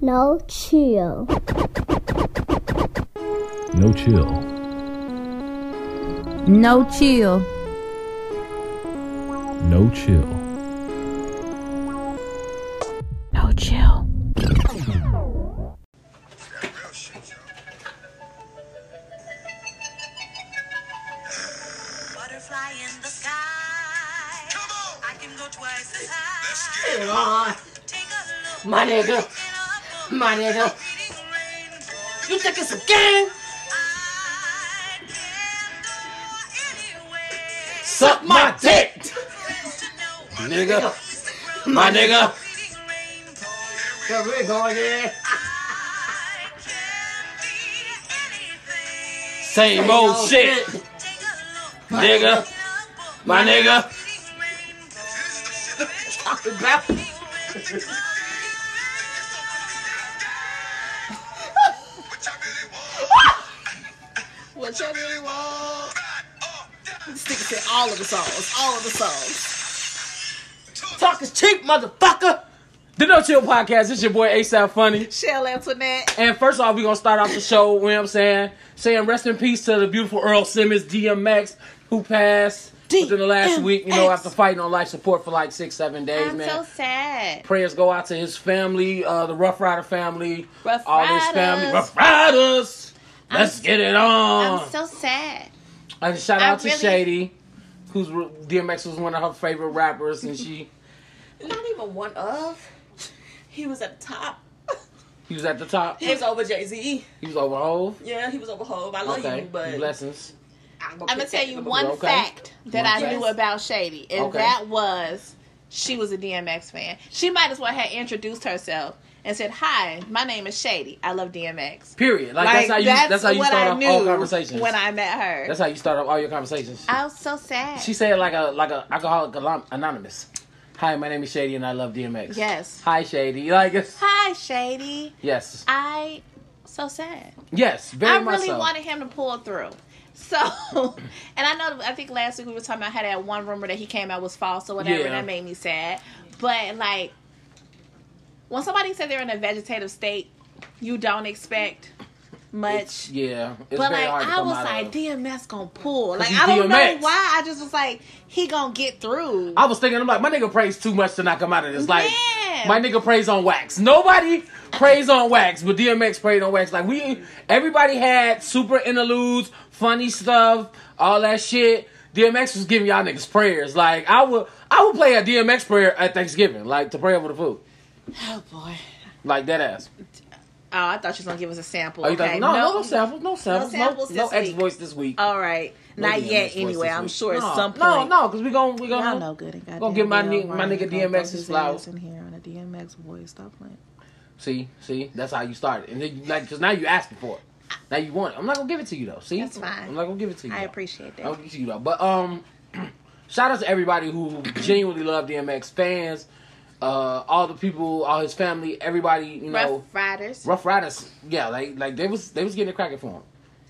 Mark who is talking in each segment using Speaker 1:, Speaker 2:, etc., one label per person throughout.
Speaker 1: No chill.
Speaker 2: No chill.
Speaker 3: No chill.
Speaker 2: No chill.
Speaker 3: No chill.
Speaker 4: Butterfly in the sky. Come on. I can go twice as high. Let's
Speaker 5: Get it on,
Speaker 4: Take a look.
Speaker 5: my nigga,
Speaker 4: in a book.
Speaker 5: my nigga.
Speaker 4: Reading a rainbow.
Speaker 5: You think it's a game?
Speaker 4: I can go anywhere.
Speaker 5: Suck my dick,
Speaker 4: Friends to know.
Speaker 5: nigga,
Speaker 4: It's the ground.
Speaker 5: my nigga.
Speaker 4: Reading a rainbow.
Speaker 5: Here we go again.
Speaker 4: I can be anything.
Speaker 5: Same old shit,
Speaker 4: Take a look.
Speaker 5: nigga,
Speaker 4: in a book.
Speaker 5: my nigga.
Speaker 4: Reading rainbow.
Speaker 6: What y'all really want? This nigga said all of the songs, all of the songs.
Speaker 5: Talk is cheap, motherfucker. The No Chill Podcast. It's your boy ASAP Funny.
Speaker 6: Shell Antoinette.
Speaker 5: And first off, we're gonna start off the show, you know what I'm saying? Saying rest in peace to the beautiful Earl Simmons, DMX, who passed within the last week, you know,
Speaker 6: DMX.
Speaker 5: after fighting on life support for like six, seven days,
Speaker 6: I'm
Speaker 5: man.
Speaker 6: so sad.
Speaker 5: Prayers go out to his family, uh, the Rough Rider family,
Speaker 6: Rough
Speaker 5: all his
Speaker 6: Riders.
Speaker 5: family. Rough Riders! Let's
Speaker 6: I'm-
Speaker 5: get it on!
Speaker 6: I'm so sad.
Speaker 5: and shout
Speaker 6: I
Speaker 5: out to
Speaker 6: really-
Speaker 5: Shady, who's DMX was one of her favorite rappers, and she
Speaker 6: Not even one of. He was at the top.
Speaker 5: he was at the top.
Speaker 6: He was over Jay Z.
Speaker 5: He was over Hove.
Speaker 6: Yeah, he was over Hove. I love
Speaker 5: Okay,
Speaker 6: you, but
Speaker 5: blessings.
Speaker 6: I'm
Speaker 7: I'm gonna tell you one
Speaker 5: Okay.
Speaker 7: fact that I
Speaker 6: Yes.
Speaker 7: knew about Shady, and
Speaker 5: Okay.
Speaker 7: that was she was a DMX fan. She might as well have introduced herself and said, "Hi, my name is Shady. I love DMX."
Speaker 5: Period. Like, that's how you that's how you
Speaker 7: what
Speaker 5: start
Speaker 7: I
Speaker 5: off all
Speaker 7: knew
Speaker 5: conversations.
Speaker 7: when I met her.
Speaker 5: That's how you start up all your conversations.
Speaker 7: I was so sad.
Speaker 5: She said like a like a alcoholic Anom- anonymous. Hi, my name is Shady and I love DMX.
Speaker 7: Yes.
Speaker 5: Hi, Shady. Like it's,
Speaker 7: Hi, Shady.
Speaker 5: yes,
Speaker 7: I so sad.
Speaker 5: yes, very
Speaker 7: I
Speaker 5: much
Speaker 7: really
Speaker 5: so.
Speaker 7: wanted him to pull through. So, and I know, I think last week we were talking about how that one rumor that he came out was false or whatever,
Speaker 5: Yeah.
Speaker 7: and that made me sad. But, like, when somebody said they're in a vegetative state, you don't expect much.
Speaker 5: yeah, it's
Speaker 7: but,
Speaker 5: very
Speaker 7: like,
Speaker 5: hard to
Speaker 7: I
Speaker 5: come
Speaker 7: was
Speaker 5: out
Speaker 7: like,
Speaker 5: of.
Speaker 7: DMS gonna pull. Like,
Speaker 5: he's
Speaker 7: I don't know
Speaker 5: DMX.
Speaker 7: why. I just was like, he gonna get through.
Speaker 5: I was thinking, I'm like, my nigga prays too much to not come out of this. Like,
Speaker 7: Yeah.
Speaker 5: my nigga prays on wax. Nobody prays on wax, but DMX prayed on wax. Like, we, everybody had super interludes, funny stuff, all that shit. DMX was giving y'all niggas prayers. Like, I would, I would play a DMX prayer at Thanksgiving, like to pray over the food,
Speaker 7: oh, boy.
Speaker 5: like that ass.
Speaker 7: Oh, I thought she was gonna give us a sample.
Speaker 5: Are Oh, you
Speaker 7: okay.
Speaker 5: like, no, no, no samples, no samples, no,
Speaker 7: samples
Speaker 5: no,
Speaker 7: this
Speaker 5: ex
Speaker 7: week.
Speaker 5: voice this week.
Speaker 7: All right.
Speaker 5: No
Speaker 7: Not
Speaker 5: DMX voice
Speaker 7: yet,
Speaker 5: this
Speaker 7: anyway. I'm
Speaker 5: week.
Speaker 7: sure
Speaker 5: no,
Speaker 7: at some point.
Speaker 5: No, no, because we gon' we
Speaker 7: Y'all
Speaker 5: gonna
Speaker 7: know good and goddamn
Speaker 5: Uh-huh. gonna give my
Speaker 7: well
Speaker 5: ni- my
Speaker 7: why you
Speaker 5: nigga
Speaker 7: gonna
Speaker 5: DMX
Speaker 7: throw
Speaker 5: his
Speaker 7: your ass
Speaker 5: flowers.
Speaker 7: in here on a DMX voice. Stop playing.
Speaker 5: See, see, that's how you started, and then like, cause now you asking for it. Now you want it. I'm not gonna give it to you though. See,
Speaker 7: That's fine.
Speaker 5: I'm not gonna give it to you.
Speaker 7: I
Speaker 5: though.
Speaker 7: appreciate
Speaker 5: I'm not gonna
Speaker 7: that.
Speaker 5: give it to you though. But um, shout out to everybody who genuinely love DMX fans. Uh, all the people, all his family, everybody. You know,
Speaker 7: Rough Riders.
Speaker 5: Rough Riders. Yeah, like like they was they was getting it cracking for him.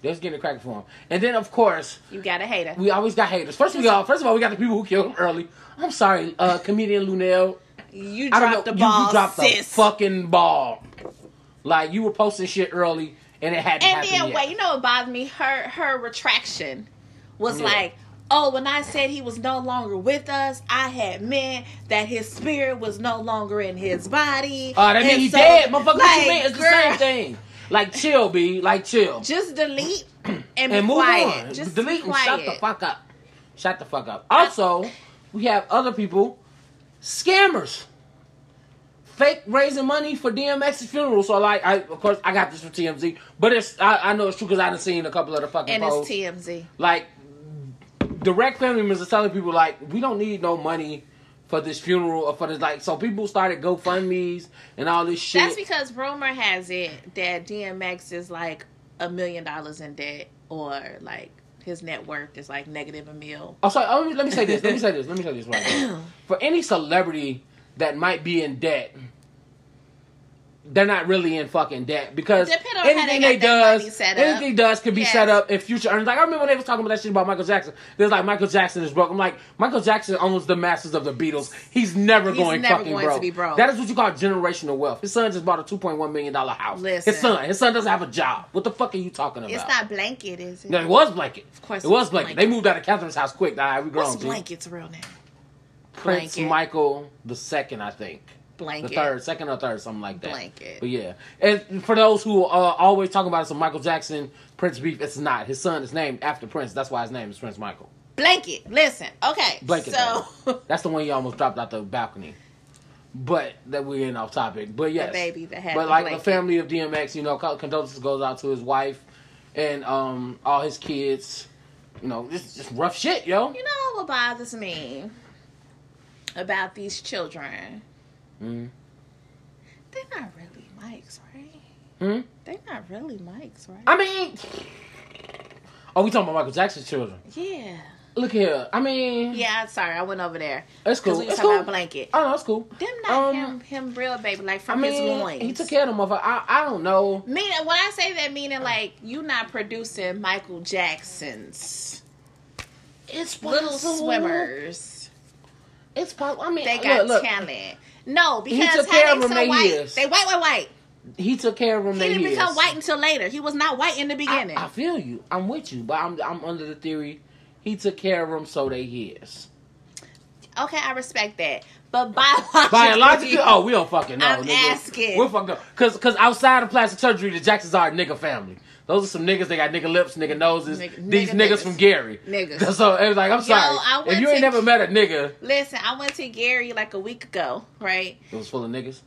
Speaker 5: They was getting it cracking for him. And then of course
Speaker 7: You got a hater.
Speaker 5: we always got haters. First of all, first of all, we got the people who killed him early. I'm sorry, uh, comedian Lunel.
Speaker 7: You
Speaker 5: I don't know.
Speaker 7: dropped the
Speaker 5: you-
Speaker 7: ball,
Speaker 5: you, dropped
Speaker 7: sis.
Speaker 5: the fucking ball. Like you were posting shit early and it hadn't
Speaker 7: and
Speaker 5: happened
Speaker 7: then
Speaker 5: yet.
Speaker 7: wait, you know what bothered me? Her her retraction was
Speaker 5: Yeah.
Speaker 7: like, oh, when I said he was no longer with us, I had meant that his spirit was no longer in his body.
Speaker 5: Oh, that mean
Speaker 7: And
Speaker 5: he
Speaker 7: so,
Speaker 5: dead, motherfucker. what you
Speaker 7: like,
Speaker 5: mean? It's the
Speaker 7: girl,
Speaker 5: same thing. Like chill, b. Like chill.
Speaker 7: Just delete and, be
Speaker 5: and move
Speaker 7: quiet.
Speaker 5: on.
Speaker 7: Just
Speaker 5: Delete
Speaker 7: be
Speaker 5: and
Speaker 7: quiet.
Speaker 5: shut the fuck up. Shut the fuck up. Also, we have other people, scammers, fake raising money for DMX's funeral. So like, I of course I got this from TMZ, but it's I, I know it's true because I done seen a couple of the fucking
Speaker 7: and
Speaker 5: posts.
Speaker 7: it's TMZ.
Speaker 5: like direct family members are telling people like we don't need no money for this funeral or for this like so people started GoFundmes and all this shit.
Speaker 7: That's because rumor has it that DMX is like a million dollars in debt, or like his net worth is like negative a mil.
Speaker 5: oh, sorry, oh, let me- let me say this. Let me say this. Let me say this right now. For any celebrity that might be in debt, they're not really in fucking debt because
Speaker 7: Depend on how they
Speaker 5: anything
Speaker 7: got
Speaker 5: they,
Speaker 7: their
Speaker 5: does,
Speaker 7: money set up.
Speaker 5: anything does could be
Speaker 7: Yes.
Speaker 5: set up in future earnings. Like I remember when they was talking about that shit about Michael Jackson. There's like Michael Jackson is broke. I'm like Michael Jackson owns the masters of the Beatles. He's never
Speaker 7: He's
Speaker 5: going
Speaker 7: never
Speaker 5: fucking
Speaker 7: going to
Speaker 5: broke.
Speaker 7: be broke.
Speaker 5: That is what you call generational wealth. His son just bought a 2.1 million dollar house.
Speaker 7: Listen.
Speaker 5: His son, his son doesn't have a job. What the fuck are you talking about?
Speaker 7: It's not blanket, is it?
Speaker 5: No, it was blanket. Of
Speaker 7: course
Speaker 5: it
Speaker 7: it
Speaker 5: was
Speaker 7: was
Speaker 5: blanket.
Speaker 7: Blanket.
Speaker 5: They moved out of Catherine's house quick. Nah, we grown.
Speaker 7: What's
Speaker 5: G.
Speaker 7: blanket's real name?
Speaker 5: Prince
Speaker 7: Blanket.
Speaker 5: Michael the second, I think.
Speaker 7: Blanket.
Speaker 5: The third, second or third, something like that.
Speaker 7: Blanket.
Speaker 5: But yeah, and for those who are always talking about it's a Michael Jackson Prince beef, it's not. His son is named after Prince. That's why his name is Prince Michael.
Speaker 7: Blanket. Listen. Okay.
Speaker 5: Blanket.
Speaker 7: So
Speaker 5: baby. that's the one you almost dropped out the balcony. But that we're in off topic. But yes,
Speaker 7: baby that had
Speaker 5: But
Speaker 7: the
Speaker 5: like the
Speaker 7: blanket.
Speaker 5: family of DMX, you know, con- condolences goes out to his wife and um all his kids. You know, it's just rough shit, yo.
Speaker 7: you know what bothers me about these children?
Speaker 5: Mm.
Speaker 7: They're not really Mike's, right?
Speaker 5: Hmm?
Speaker 7: They're not really Mike's, right?
Speaker 5: I mean, oh, we talking about Michael Jackson's children?
Speaker 7: yeah.
Speaker 5: Look here. I mean,
Speaker 7: Yeah. I'm Sorry, I went over there.
Speaker 5: that's
Speaker 7: Because
Speaker 5: cool.
Speaker 7: we was
Speaker 5: That's
Speaker 7: talking
Speaker 5: cool.
Speaker 7: about blanket.
Speaker 5: Oh, no, that's cool.
Speaker 7: Them not
Speaker 5: Um,
Speaker 7: him, him real baby, like
Speaker 5: I
Speaker 7: from his
Speaker 5: mean,
Speaker 7: loins.
Speaker 5: he took care of the motherfucker. I, I don't know.
Speaker 7: Meaning, when I say that, meaning like you not producing Michael Jackson's
Speaker 5: It's
Speaker 7: Little Swimmers.
Speaker 5: It's possible. I mean,
Speaker 7: They got
Speaker 5: look, look,
Speaker 7: talent. No, because
Speaker 5: He took
Speaker 7: how
Speaker 5: care
Speaker 7: they
Speaker 5: of 'em
Speaker 7: so
Speaker 5: they
Speaker 7: white,
Speaker 5: years.
Speaker 7: they white, white, white.
Speaker 5: he took care of him.
Speaker 7: He
Speaker 5: that
Speaker 7: didn't
Speaker 5: years.
Speaker 7: become white until later. He was not white in the
Speaker 5: I,
Speaker 7: beginning.
Speaker 5: I feel you. I'm with you, but I'm I'm under the theory he took care of him, so they his.
Speaker 7: okay, I respect that, but biologically,
Speaker 5: Biologically, oh, we don't fucking know.
Speaker 7: I'm
Speaker 5: nigga.
Speaker 7: asking.
Speaker 5: We're fucked up. Cause, cause outside of plastic surgery, the Jacksons are a nigga family. Those are some niggas. They got nigga lips, nigga noses.
Speaker 7: Nigga-
Speaker 5: These
Speaker 7: nigga
Speaker 5: niggas,
Speaker 7: niggas.
Speaker 5: from Gary.
Speaker 7: Niggas.
Speaker 5: So it was like, I'm sorry.
Speaker 7: I
Speaker 5: if
Speaker 7: went
Speaker 5: you ain't
Speaker 7: to-
Speaker 5: never met a nigga,
Speaker 7: listen, I went to Gary like a week ago, right?
Speaker 5: it was full of niggas.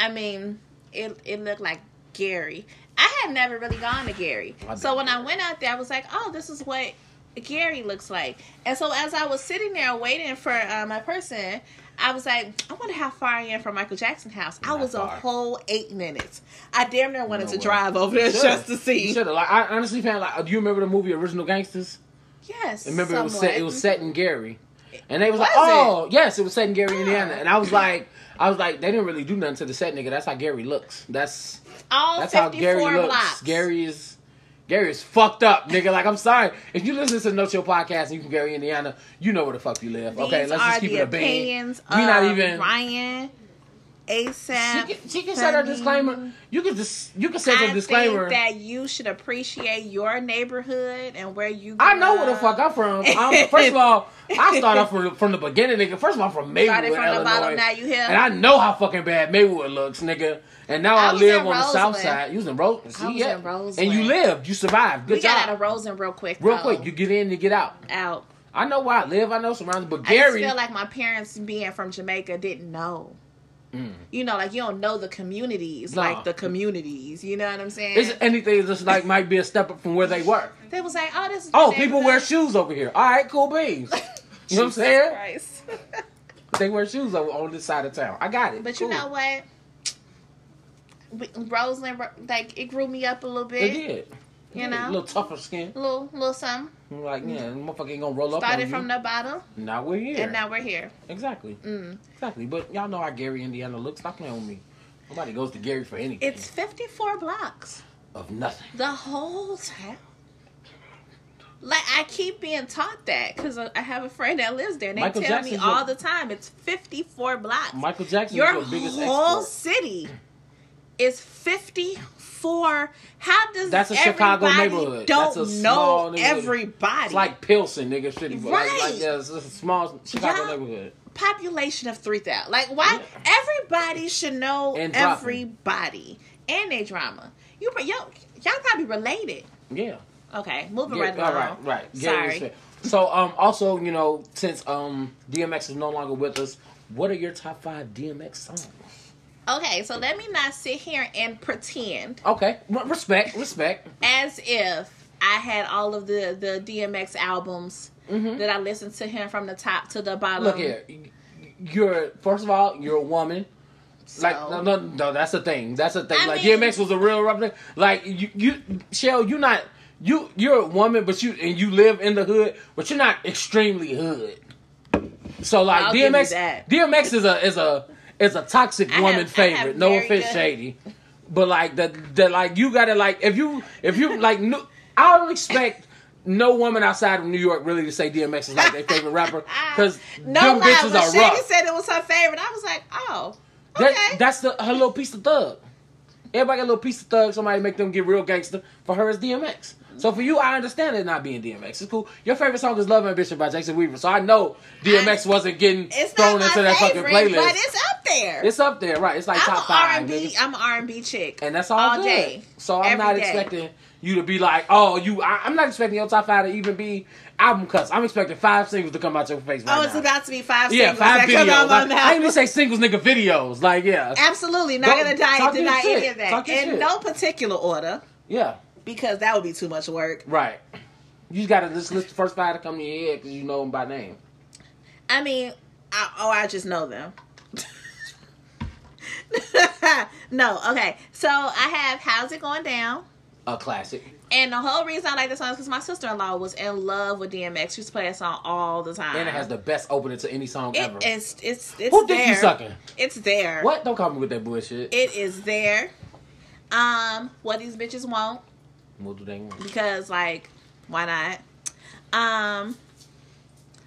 Speaker 7: I mean, it it looked like Gary. I had never really gone to Gary.
Speaker 5: I
Speaker 7: So
Speaker 5: did.
Speaker 7: when I went out there, I was like, oh, this is what Gary looks like. And so as I was sitting there waiting for uh, my person, I was like, I wonder how far I am from Michael Jackson house. I
Speaker 5: Not
Speaker 7: was a
Speaker 5: far.
Speaker 7: whole eight minutes. I damn near wanted
Speaker 5: No
Speaker 7: to
Speaker 5: way.
Speaker 7: drive over there just to see.
Speaker 5: Should have. Like, I honestly, fan. Like, do you remember the movie Original Gangsters?
Speaker 7: Yes.
Speaker 5: Remember it was set.
Speaker 7: somewhat.
Speaker 5: It was set in Gary, and they was, like,
Speaker 7: Was it?
Speaker 5: "Oh, yes, it was set in Gary, Indiana."
Speaker 7: Oh.
Speaker 5: And I was like, "I was like, they didn't really do nothing to the set, nigga. That's how Gary looks. That's
Speaker 7: All
Speaker 5: that's how
Speaker 7: 54
Speaker 5: Gary looks.
Speaker 7: blocks.
Speaker 5: Gary is." Gary is fucked up, nigga. Like I'm sorry. If you listen to No Chill Podcast and you from Gary, Indiana, you know where the fuck you live.
Speaker 7: These
Speaker 5: okay, let's
Speaker 7: are
Speaker 5: just keep
Speaker 7: the
Speaker 5: it a bean.
Speaker 7: opinions
Speaker 5: We not
Speaker 7: of
Speaker 5: even-
Speaker 7: Ryan, ASAP.
Speaker 5: She can, she can set a
Speaker 7: Sunny.
Speaker 5: disclaimer. You can just you can set
Speaker 7: I
Speaker 5: a disclaimer.
Speaker 7: think that you should appreciate your neighborhood and where you.
Speaker 5: I
Speaker 7: grew
Speaker 5: know where the
Speaker 7: up.
Speaker 5: fuck I'm from. I'm, first of all, I start off from, from the beginning, nigga. First of all, I'm from Maywood,
Speaker 7: Started from
Speaker 5: Illinois,
Speaker 7: the bottom, now you here.
Speaker 5: and I know how fucking bad Maywood looks, nigga. And now
Speaker 7: I
Speaker 5: I,
Speaker 7: was
Speaker 5: live
Speaker 7: in
Speaker 5: on the south
Speaker 7: Roseland.
Speaker 5: side. You was in Roseland, see,
Speaker 7: I was
Speaker 5: yeah.
Speaker 7: in Roseland.
Speaker 5: and you lived, you survived. Good
Speaker 7: we
Speaker 5: job.
Speaker 7: got out of Rosen real quick.
Speaker 5: Real
Speaker 7: though.
Speaker 5: quick, you get in, you get out.
Speaker 7: out.
Speaker 5: I know where I live. I know surroundings, but
Speaker 7: I just
Speaker 5: Gary,
Speaker 7: feel like my parents being from Jamaica didn't know.
Speaker 5: Mm.
Speaker 7: You know, like you don't know the communities,
Speaker 5: Nah.
Speaker 7: like the communities. You know what I'm saying?
Speaker 5: it's anything that's like might be a step up from where they were.
Speaker 7: they was like, "Oh, this is."
Speaker 5: Oh,
Speaker 7: my
Speaker 5: people wear
Speaker 7: neighborhood.
Speaker 5: shoes over here. All right, cool beans. You know what I'm saying?
Speaker 7: Christ.
Speaker 5: They wear shoes over on this side of town. I got it.
Speaker 7: But
Speaker 5: Cool.
Speaker 7: you know what? We- Roseland, like it grew me up a little
Speaker 5: They
Speaker 7: bit.
Speaker 5: did.
Speaker 7: You
Speaker 5: Yeah,
Speaker 7: know?
Speaker 5: a little tougher skin.
Speaker 7: Little, little something.
Speaker 5: I'm Like, yeah, the motherfucker ain't gonna roll up.
Speaker 7: Started
Speaker 5: on
Speaker 7: from
Speaker 5: you.
Speaker 7: the bottom,
Speaker 5: Now we're here.
Speaker 7: and now we're here.
Speaker 5: exactly.
Speaker 7: Mm.
Speaker 5: Exactly. But y'all know how Gary, Indiana looks. Stop playing with me. Nobody goes to Gary for anything.
Speaker 7: It's 54 blocks.
Speaker 5: of nothing.
Speaker 7: The whole town. Like, I keep being taught that because I have a friend that lives there, and they
Speaker 5: Michael
Speaker 7: tell me
Speaker 5: Jackson's
Speaker 7: all
Speaker 5: your-
Speaker 7: the time it's 54 blocks.
Speaker 5: Michael Jackson
Speaker 7: Your
Speaker 5: is your biggest
Speaker 7: whole
Speaker 5: export.
Speaker 7: city is 54. How does
Speaker 5: That's a Chicago
Speaker 7: everybody
Speaker 5: neighborhood.
Speaker 7: don't
Speaker 5: That's a small
Speaker 7: know
Speaker 5: neighborhood.
Speaker 7: everybody?
Speaker 5: It's like Pilsen, nigga. Shitty. But Like, like
Speaker 7: Right.
Speaker 5: yeah, it's a small Chicago
Speaker 7: Y'all-
Speaker 5: neighborhood.
Speaker 7: population of 3,000. Like, why? Everybody should know
Speaker 5: And dropping.
Speaker 7: everybody and their drama. You, pro- yo, y'all probably related.
Speaker 5: Yeah.
Speaker 7: Okay, moving
Speaker 5: Yeah,
Speaker 7: right along.
Speaker 5: all right, right. Gary was
Speaker 7: Sorry.
Speaker 5: fair. So, um, also, you know, since um, DMX is no longer with us, what are your top five DMX songs?
Speaker 7: Okay, so let me not sit here and pretend
Speaker 5: Okay, Re- respect, respect.
Speaker 7: as if I had all of the the DMX albums that I listened to him from the top to the bottom.
Speaker 5: Mm-hmm. Look here, y- y- you're first of all, you're a woman. Like
Speaker 7: So-
Speaker 5: no, no, no, that's the thing. That's the thing.
Speaker 7: I
Speaker 5: like
Speaker 7: mean-
Speaker 5: DMX was a real rough nigga. Like you, you, Shell, you not you. You're a woman, but you and you live in the hood, but you're not extremely hood. So like
Speaker 7: I'll give you
Speaker 5: DMX,
Speaker 7: that.
Speaker 5: DMX is a is a is a toxic
Speaker 7: I have-
Speaker 5: woman
Speaker 7: I have
Speaker 5: favorite. No
Speaker 7: very
Speaker 5: offense,
Speaker 7: good-
Speaker 5: Shady, but like that, that like you gotta like if you if you like, no, I don't expect. No woman outside of New York really to say DMX is like their favorite rapper because
Speaker 7: No
Speaker 5: them
Speaker 7: lie,
Speaker 5: bitches
Speaker 7: when
Speaker 5: are
Speaker 7: Shady
Speaker 5: rough.
Speaker 7: said it was her favorite, I was like, oh, okay.
Speaker 5: That, That's the her little piece of thug. Everybody got a little piece of thug. Somebody make them get real gangster. For her, it's DMX. So for you, I understand it not being DMX. It's cool. Your favorite song is "Love Ambition" by Jackson Weaver. So I know DMX wasn't getting
Speaker 7: it's
Speaker 5: thrown
Speaker 7: not my
Speaker 5: into that
Speaker 7: favorite,
Speaker 5: fucking playlist.
Speaker 7: but it's up there.
Speaker 5: It's up there, right? It's like
Speaker 7: I'm
Speaker 5: top five.
Speaker 7: an R&B.
Speaker 5: nigga.
Speaker 7: I'm an R&B chick,
Speaker 5: and that's all, good.
Speaker 7: day.
Speaker 5: So I'm
Speaker 7: every
Speaker 5: not
Speaker 7: day.
Speaker 5: expecting you to be like, oh, you. I, I'm not expecting your top five to even be album cuts. I'm expecting five singles to come out your face. Right
Speaker 7: Oh, it's
Speaker 5: now.
Speaker 7: about to be five
Speaker 5: yeah,
Speaker 7: singles
Speaker 5: five
Speaker 7: that come out
Speaker 5: videos.
Speaker 7: my
Speaker 5: Like, I
Speaker 7: mouth.
Speaker 5: didn't even say singles, nigga. Videos, like yeah,
Speaker 7: Absolutely not
Speaker 5: Go-
Speaker 7: gonna
Speaker 5: talk
Speaker 7: die,
Speaker 5: your
Speaker 7: deny
Speaker 5: shit.
Speaker 7: any of
Speaker 5: Talk
Speaker 7: that
Speaker 5: your
Speaker 7: in
Speaker 5: shit.
Speaker 7: no particular order
Speaker 5: yeah.
Speaker 7: because that would be too much work.
Speaker 5: Right. You just gotta just list the first five to come to your head because you know them by name.
Speaker 7: I mean, I, oh, I just know them. no, okay. So I have "How's It Going Down."
Speaker 5: A classic.
Speaker 7: And the whole reason I like the song is because my sister in law was in love with DMX. She used to play that song all the time.
Speaker 5: And it has the best opener to any song ever.
Speaker 7: It is. It's. It's
Speaker 5: Who
Speaker 7: there.
Speaker 5: think you sucking?
Speaker 7: It's there.
Speaker 5: What? Don't call me with that bullshit.
Speaker 7: It is there. Um, what these bitches want
Speaker 5: We'll do that one.
Speaker 7: because like, why not? Um,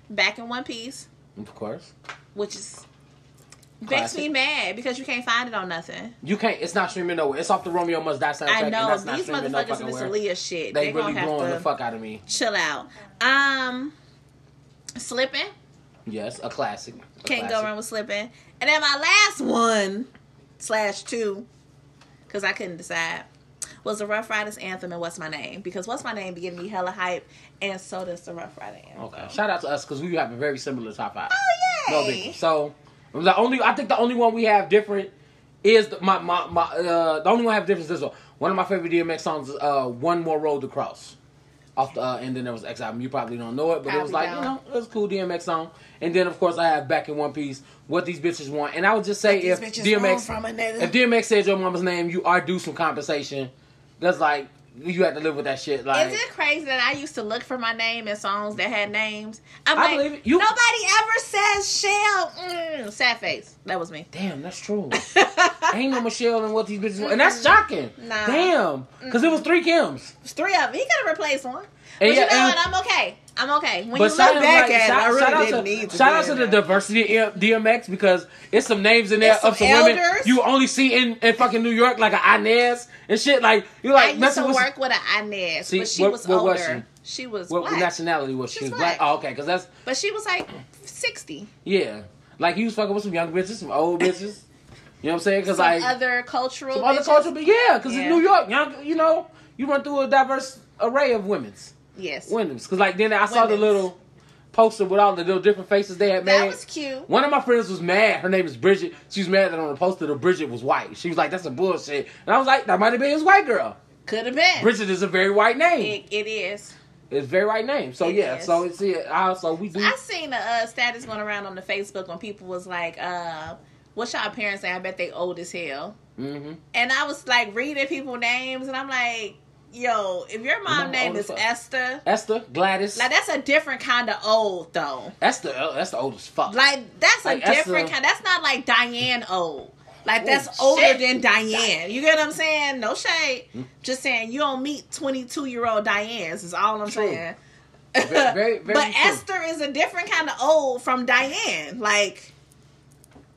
Speaker 7: back in one piece,
Speaker 5: Of course.
Speaker 7: which is makes
Speaker 5: Classic.
Speaker 7: me mad because you can't find it on nothing.
Speaker 5: You can't. It's not streaming nowhere. It's off the Romeo Must Die soundtrack.
Speaker 7: I
Speaker 5: and
Speaker 7: know
Speaker 5: that's not
Speaker 7: these
Speaker 5: streaming
Speaker 7: motherfuckers
Speaker 5: no
Speaker 7: in this
Speaker 5: fucking where.
Speaker 7: Aaliyah shit.
Speaker 5: They
Speaker 7: They,
Speaker 5: really
Speaker 7: gonna
Speaker 5: blowing
Speaker 7: have to
Speaker 5: the fuck out of me.
Speaker 7: chill out. Um, slipping.
Speaker 5: Yes, a classic. A
Speaker 7: Can't go
Speaker 5: classic.
Speaker 7: wrong with slipping. And then my last one slash two, because I couldn't decide, was the Rough Riders anthem and What's My Name? Because What's My Name be giving me hella hype, and so does the Rough Rider anthem.
Speaker 5: Okay. Shout out to us because we have a very similar top five.
Speaker 7: Oh
Speaker 5: No
Speaker 7: yay!
Speaker 5: big. So the only I think the only one we have different is the, my my my uh, the only one I have different is this one. One of my favorite DMX songs is uh, "One More Road to Cross." Off the uh, and then there was X album. You probably don't know it, but it was like
Speaker 7: Probably
Speaker 5: you
Speaker 7: don't.
Speaker 5: know it was a cool DMX song. And then of course I have "Back in One Piece." What these bitches want, and I would just say Oh, if
Speaker 7: These bitches
Speaker 5: DMX
Speaker 7: DMX, from a nigga.
Speaker 5: if DMX said your mama's name, you are due some compensation. That's like you have to live with that shit. Like
Speaker 7: Is it crazy that I used to look for my name in songs that had names? I'm
Speaker 5: I
Speaker 7: like,
Speaker 5: believe it. You-
Speaker 7: nobody ever says Shell. Mm, sad face. That was me.
Speaker 5: Damn, that's true. Ain't no Michelle and what these bitches want. And that's shocking.
Speaker 7: Nah.
Speaker 5: Damn. Because it was three Kims.
Speaker 7: It's three of them. He could have replaced one. But
Speaker 5: And yeah,
Speaker 7: you know
Speaker 5: and-
Speaker 7: what? I'm okay. I'm okay. When
Speaker 5: But
Speaker 7: you
Speaker 5: shout
Speaker 7: look
Speaker 5: out,
Speaker 7: back
Speaker 5: like,
Speaker 7: at it,
Speaker 5: shout,
Speaker 7: I really
Speaker 5: shout out
Speaker 7: didn't
Speaker 5: to,
Speaker 7: need to.
Speaker 5: shout
Speaker 7: do
Speaker 5: out to
Speaker 7: that.
Speaker 5: the diversity of DMX because it's some names in there
Speaker 7: It's
Speaker 5: of some
Speaker 7: some
Speaker 5: women
Speaker 7: elders.
Speaker 5: you only see in, in fucking New York, like a Inez and shit. Like, you're
Speaker 7: I
Speaker 5: like,
Speaker 7: used
Speaker 5: messing
Speaker 7: to
Speaker 5: with.
Speaker 7: work with an Inez,
Speaker 5: See,
Speaker 7: but she
Speaker 5: what-
Speaker 7: was
Speaker 5: what
Speaker 7: older.
Speaker 5: was
Speaker 7: she? was
Speaker 5: What
Speaker 7: black,
Speaker 5: nationality was she?
Speaker 7: She's
Speaker 5: Was black?
Speaker 7: black.
Speaker 5: Oh, okay. Because that's,
Speaker 7: but she was like sixty.
Speaker 5: yeah. Like, he was fucking with some young bitches, some old bitches. you know what I'm saying? Because,
Speaker 7: Some
Speaker 5: like.
Speaker 7: other cultural,
Speaker 5: Some other
Speaker 7: bitches.
Speaker 5: culture, but yeah, because in
Speaker 7: Yeah.
Speaker 5: New York, young, you know, you run through a diverse array of women's.
Speaker 7: Yes,
Speaker 5: Wyndham's. Because, like, then I saw the
Speaker 7: Wyndham's.
Speaker 5: little poster with all the little different faces they had made.
Speaker 7: that was cute.
Speaker 5: One of my friends was mad. Her name is Bridget. She was mad that on the poster, the Bridget was white. She was like, that's a bullshit. And I was like, that might have been his white girl.
Speaker 7: Could have been.
Speaker 5: Bridget is a very white name.
Speaker 7: It, it is.
Speaker 5: It's a very white name. So,
Speaker 7: It
Speaker 5: yeah.
Speaker 7: is.
Speaker 5: So, it's it. Uh, so, we do.
Speaker 7: I seen a uh, status going around on the Facebook when people was like, uh, "What's y'all parents say? I bet they old as hell."
Speaker 5: hmm
Speaker 7: And I was like reading people names, and I'm like, "Yo, if your
Speaker 5: I'm
Speaker 7: mom name
Speaker 5: old as
Speaker 7: is
Speaker 5: fuck.
Speaker 7: Esther,
Speaker 5: Esther, Gladys.
Speaker 7: like that's a different kind of old though."
Speaker 5: that's, the, uh, that's the oldest fuck.
Speaker 7: Like that's a
Speaker 5: Like, that's
Speaker 7: different
Speaker 5: a-
Speaker 7: kind. That's not like Diane old. Like that's
Speaker 5: Oh,
Speaker 7: older
Speaker 5: shit.
Speaker 7: than Diane. You get what I'm saying? No shade.
Speaker 5: Hmm.
Speaker 7: Just saying you don't meet 22 year old Diane's. Is all I'm
Speaker 5: True.
Speaker 7: saying.
Speaker 5: Very- very- very
Speaker 7: but
Speaker 5: true.
Speaker 7: Esther is a different kind of old from Diane. Like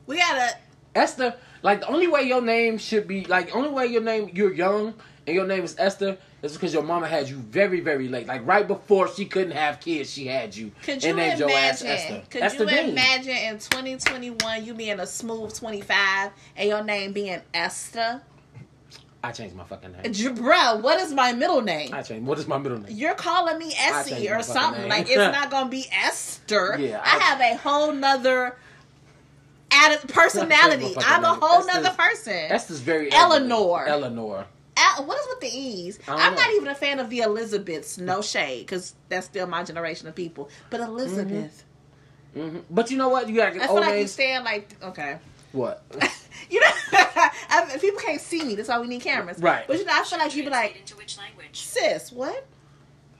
Speaker 7: we gotta.
Speaker 5: Esther, like the only way your name should be like the only way your name you're young and your name is Esther is because your mama had you very very late, like right before she couldn't have kids, she had you
Speaker 7: Could you
Speaker 5: and named your ass
Speaker 7: imagine?
Speaker 5: Esther.
Speaker 7: Could
Speaker 5: Esther
Speaker 7: you
Speaker 5: Dean.
Speaker 7: imagine in 2021 you being a smooth 25 and your name being Esther?
Speaker 5: I changed my fucking name.
Speaker 7: Bruh, what is my middle name?
Speaker 5: I changed. What is my middle name?
Speaker 7: you're calling me
Speaker 5: changed
Speaker 7: Essie
Speaker 5: my
Speaker 7: or
Speaker 5: fucking
Speaker 7: something.
Speaker 5: name.
Speaker 7: Like it's not gonna be Esther.
Speaker 5: Yeah,
Speaker 7: I,
Speaker 5: I-
Speaker 7: have a whole nother added
Speaker 5: I
Speaker 7: personality.
Speaker 5: changed my fucking
Speaker 7: I'm a
Speaker 5: name.
Speaker 7: whole
Speaker 5: Esther's-
Speaker 7: nother person.
Speaker 5: Esther's very
Speaker 7: Eleanor.
Speaker 5: elderly. Eleanor.
Speaker 7: Al- what is with the E's?
Speaker 5: I don't
Speaker 7: I'm
Speaker 5: know.
Speaker 7: not even a fan of the Elizabeths. No shade, because that's still my generation of people. But Elizabeth,
Speaker 5: Mm-hmm. But you know what? You gotta
Speaker 7: I
Speaker 5: get
Speaker 7: feel
Speaker 5: Mm-hmm. old
Speaker 7: like you
Speaker 5: names.
Speaker 7: stand like okay.
Speaker 5: What?
Speaker 7: You know, I, people can't see me. That's why we need cameras.
Speaker 5: Right.
Speaker 7: But you know, I feel like you'd be
Speaker 1: Translate
Speaker 7: like,
Speaker 1: into which language?
Speaker 7: sis, what?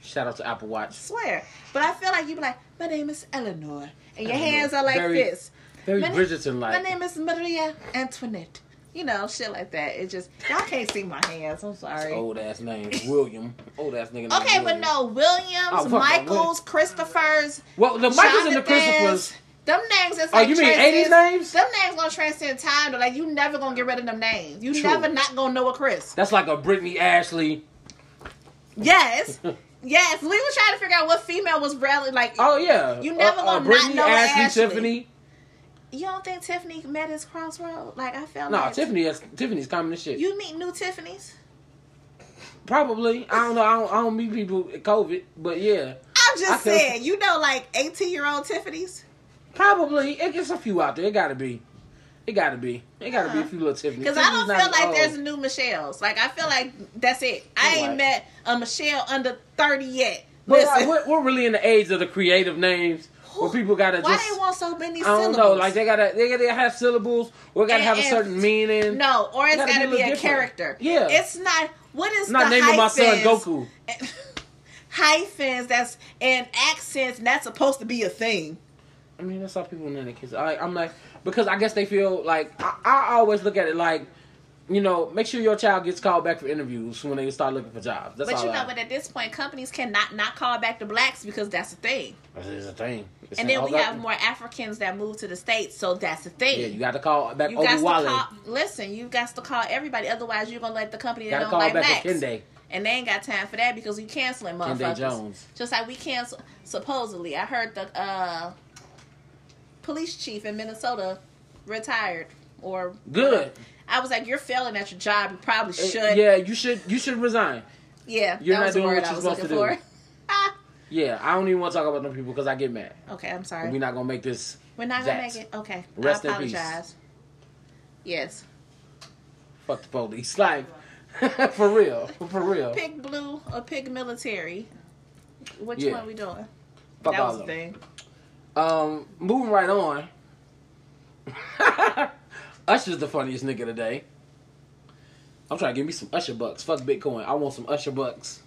Speaker 5: Shout out to Apple Watch.
Speaker 7: swear. But I feel like you'd be like, my name is Eleanor. And your
Speaker 5: Eleanor.
Speaker 7: hands are like
Speaker 5: Very-
Speaker 7: this.
Speaker 5: Very
Speaker 7: My name-
Speaker 5: Bridgerton like.
Speaker 7: My name is Maria Antoinette. You know, shit like that. It just y'all can't see my hands. I'm sorry.
Speaker 5: Old ass name. William. Old ass nigga. named
Speaker 7: Okay, but
Speaker 5: William.
Speaker 7: no,
Speaker 5: Oh,
Speaker 7: Williams,
Speaker 5: fuck no,
Speaker 7: Michaels, Christophers,
Speaker 5: Well, the Michaels and the Christophers.
Speaker 7: Jonathans, Them names is
Speaker 5: Oh,
Speaker 7: like
Speaker 5: you mean
Speaker 7: transcends-
Speaker 5: 80s names?
Speaker 7: Them names gonna transcend time. Though. Like you never gonna get rid of them names. You
Speaker 5: True.
Speaker 7: never not gonna know a Chris.
Speaker 5: That's like a Britney Ashley.
Speaker 7: Yes, yes. We were trying to figure out what female was Bradley. Like
Speaker 5: Oh yeah.
Speaker 7: You never
Speaker 5: Uh, uh,
Speaker 7: gonna not
Speaker 5: Britney,
Speaker 7: know
Speaker 5: Ashley,
Speaker 7: Ashley.
Speaker 5: Tiffany.
Speaker 7: you don't think Tiffany met his crossroad? Like I felt
Speaker 5: No,
Speaker 7: like
Speaker 5: Tiffany. Is, Tiffany's common as shit.
Speaker 7: You meet new Tiffany's.
Speaker 5: Probably. I don't know. I don't, I don't meet people at COVID, but yeah.
Speaker 7: I'm
Speaker 5: I
Speaker 7: just
Speaker 5: feel-
Speaker 7: saying, you know, like 18 year old Tiffany's.
Speaker 5: Probably. It gets a few out there. It gotta be. It gotta be. It gotta be a few little Tiffany.
Speaker 7: Because I don't feel like there's
Speaker 5: no
Speaker 7: new Michelles. Like, I feel like that's it. I ain't
Speaker 5: Right.
Speaker 7: met a Michelle under 30 yet.
Speaker 5: But
Speaker 7: Listen,
Speaker 5: like, we're, we're really in the age of the creative names where people gotta
Speaker 7: why
Speaker 5: just.
Speaker 7: they want so many
Speaker 5: I
Speaker 7: syllables?
Speaker 5: don't know. Like they gotta, they gotta have syllables. We gotta
Speaker 7: And-
Speaker 5: have a
Speaker 7: and-
Speaker 5: certain meaning.
Speaker 7: no, or it's
Speaker 5: gotta
Speaker 7: gotta,
Speaker 5: be a
Speaker 7: be,
Speaker 5: little
Speaker 7: a
Speaker 5: different.
Speaker 7: character.
Speaker 5: Yeah.
Speaker 7: It's not, what is
Speaker 5: I'm not
Speaker 7: the
Speaker 5: naming my son
Speaker 7: hyphens-
Speaker 5: Goku.
Speaker 7: hyphens that's and accents that's supposed to be a thing.
Speaker 5: I mean, that's how people name their kids. I, I'm like, because I guess they feel like I, I always look at it like, you know, make sure your child gets called back for interviews when they start looking for jobs. That's
Speaker 7: but
Speaker 5: all
Speaker 7: you know,
Speaker 5: I,
Speaker 7: but at this point, companies cannot not call back the blacks because that's a thing.
Speaker 5: That's just a thing. It's
Speaker 7: And
Speaker 5: an-
Speaker 7: then we
Speaker 5: oh,
Speaker 7: have more Africans that move to the states, so that's a thing.
Speaker 5: Yeah, you got to call back
Speaker 7: You got to
Speaker 5: Obi-Wale.
Speaker 7: call. Listen, you got to call everybody. Otherwise, you're gonna let the company that
Speaker 5: Gotta
Speaker 7: don't
Speaker 5: call
Speaker 7: like
Speaker 5: back
Speaker 7: blacks,
Speaker 5: a Kende.
Speaker 7: and they ain't got time for that because we canceling
Speaker 5: Kende
Speaker 7: motherfuckers.
Speaker 5: Jones.
Speaker 7: Just like we cancel. Supposedly, I heard the uh, police chief in Minnesota retired. Or
Speaker 5: Good.
Speaker 7: I was like, you're failing at your job. You probably
Speaker 5: Eh,
Speaker 7: should.
Speaker 5: Yeah, you should. You should resign.
Speaker 7: yeah.
Speaker 5: You're
Speaker 7: that
Speaker 5: not
Speaker 7: was the
Speaker 5: doing
Speaker 7: word
Speaker 5: what
Speaker 7: I
Speaker 5: you're
Speaker 7: was
Speaker 5: supposed
Speaker 7: looking
Speaker 5: to
Speaker 7: for.
Speaker 5: Yeah, I don't even want to talk about them people because I get mad.
Speaker 7: okay, I'm sorry.
Speaker 5: We're not gonna make this.
Speaker 7: We're not gonna
Speaker 5: Zats.
Speaker 7: make it. Okay,
Speaker 5: Rest
Speaker 7: I
Speaker 5: in peace.
Speaker 7: apologize. Yes.
Speaker 5: Fuck the police. Like, for real, for real.
Speaker 7: Pick blue or pick military. Which
Speaker 5: Yeah.
Speaker 7: one we doing?
Speaker 5: Fuck
Speaker 7: that
Speaker 5: all
Speaker 7: was the
Speaker 5: of them.
Speaker 7: thing.
Speaker 5: Um, moving right on. Usher's the funniest nigga today. I'm trying to give me some Usher bucks. Fuck Bitcoin. I want some Usher bucks.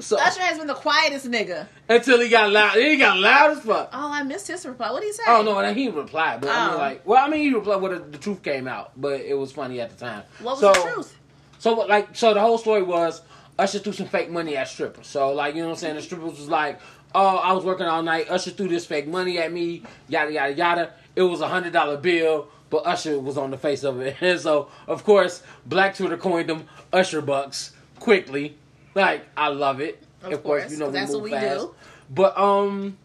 Speaker 5: So
Speaker 7: Usher has been the quietest nigga.
Speaker 5: until he got loud, then he got loud as fuck.
Speaker 7: Oh, I missed his reply. What did he say?
Speaker 5: Oh no, and he replied, but I mean
Speaker 7: Oh.
Speaker 5: like, well, I mean he replied when the, the truth came out, but it was funny at the time.
Speaker 7: What was
Speaker 5: So-
Speaker 7: the truth?
Speaker 5: So what, like, so the whole story was Usher threw some fake money at strippers. So like, you know what I'm saying? The strippers was like, "Oh, I was working all night. Usher threw this fake money at me. Yada yada yada. It was a hundred dollar bill, but Usher was on the face of it. And so of course, Black Twitter coined them Usher bucks quickly. Like I love it.
Speaker 7: Of course, 'cause that's what we do.
Speaker 5: But um,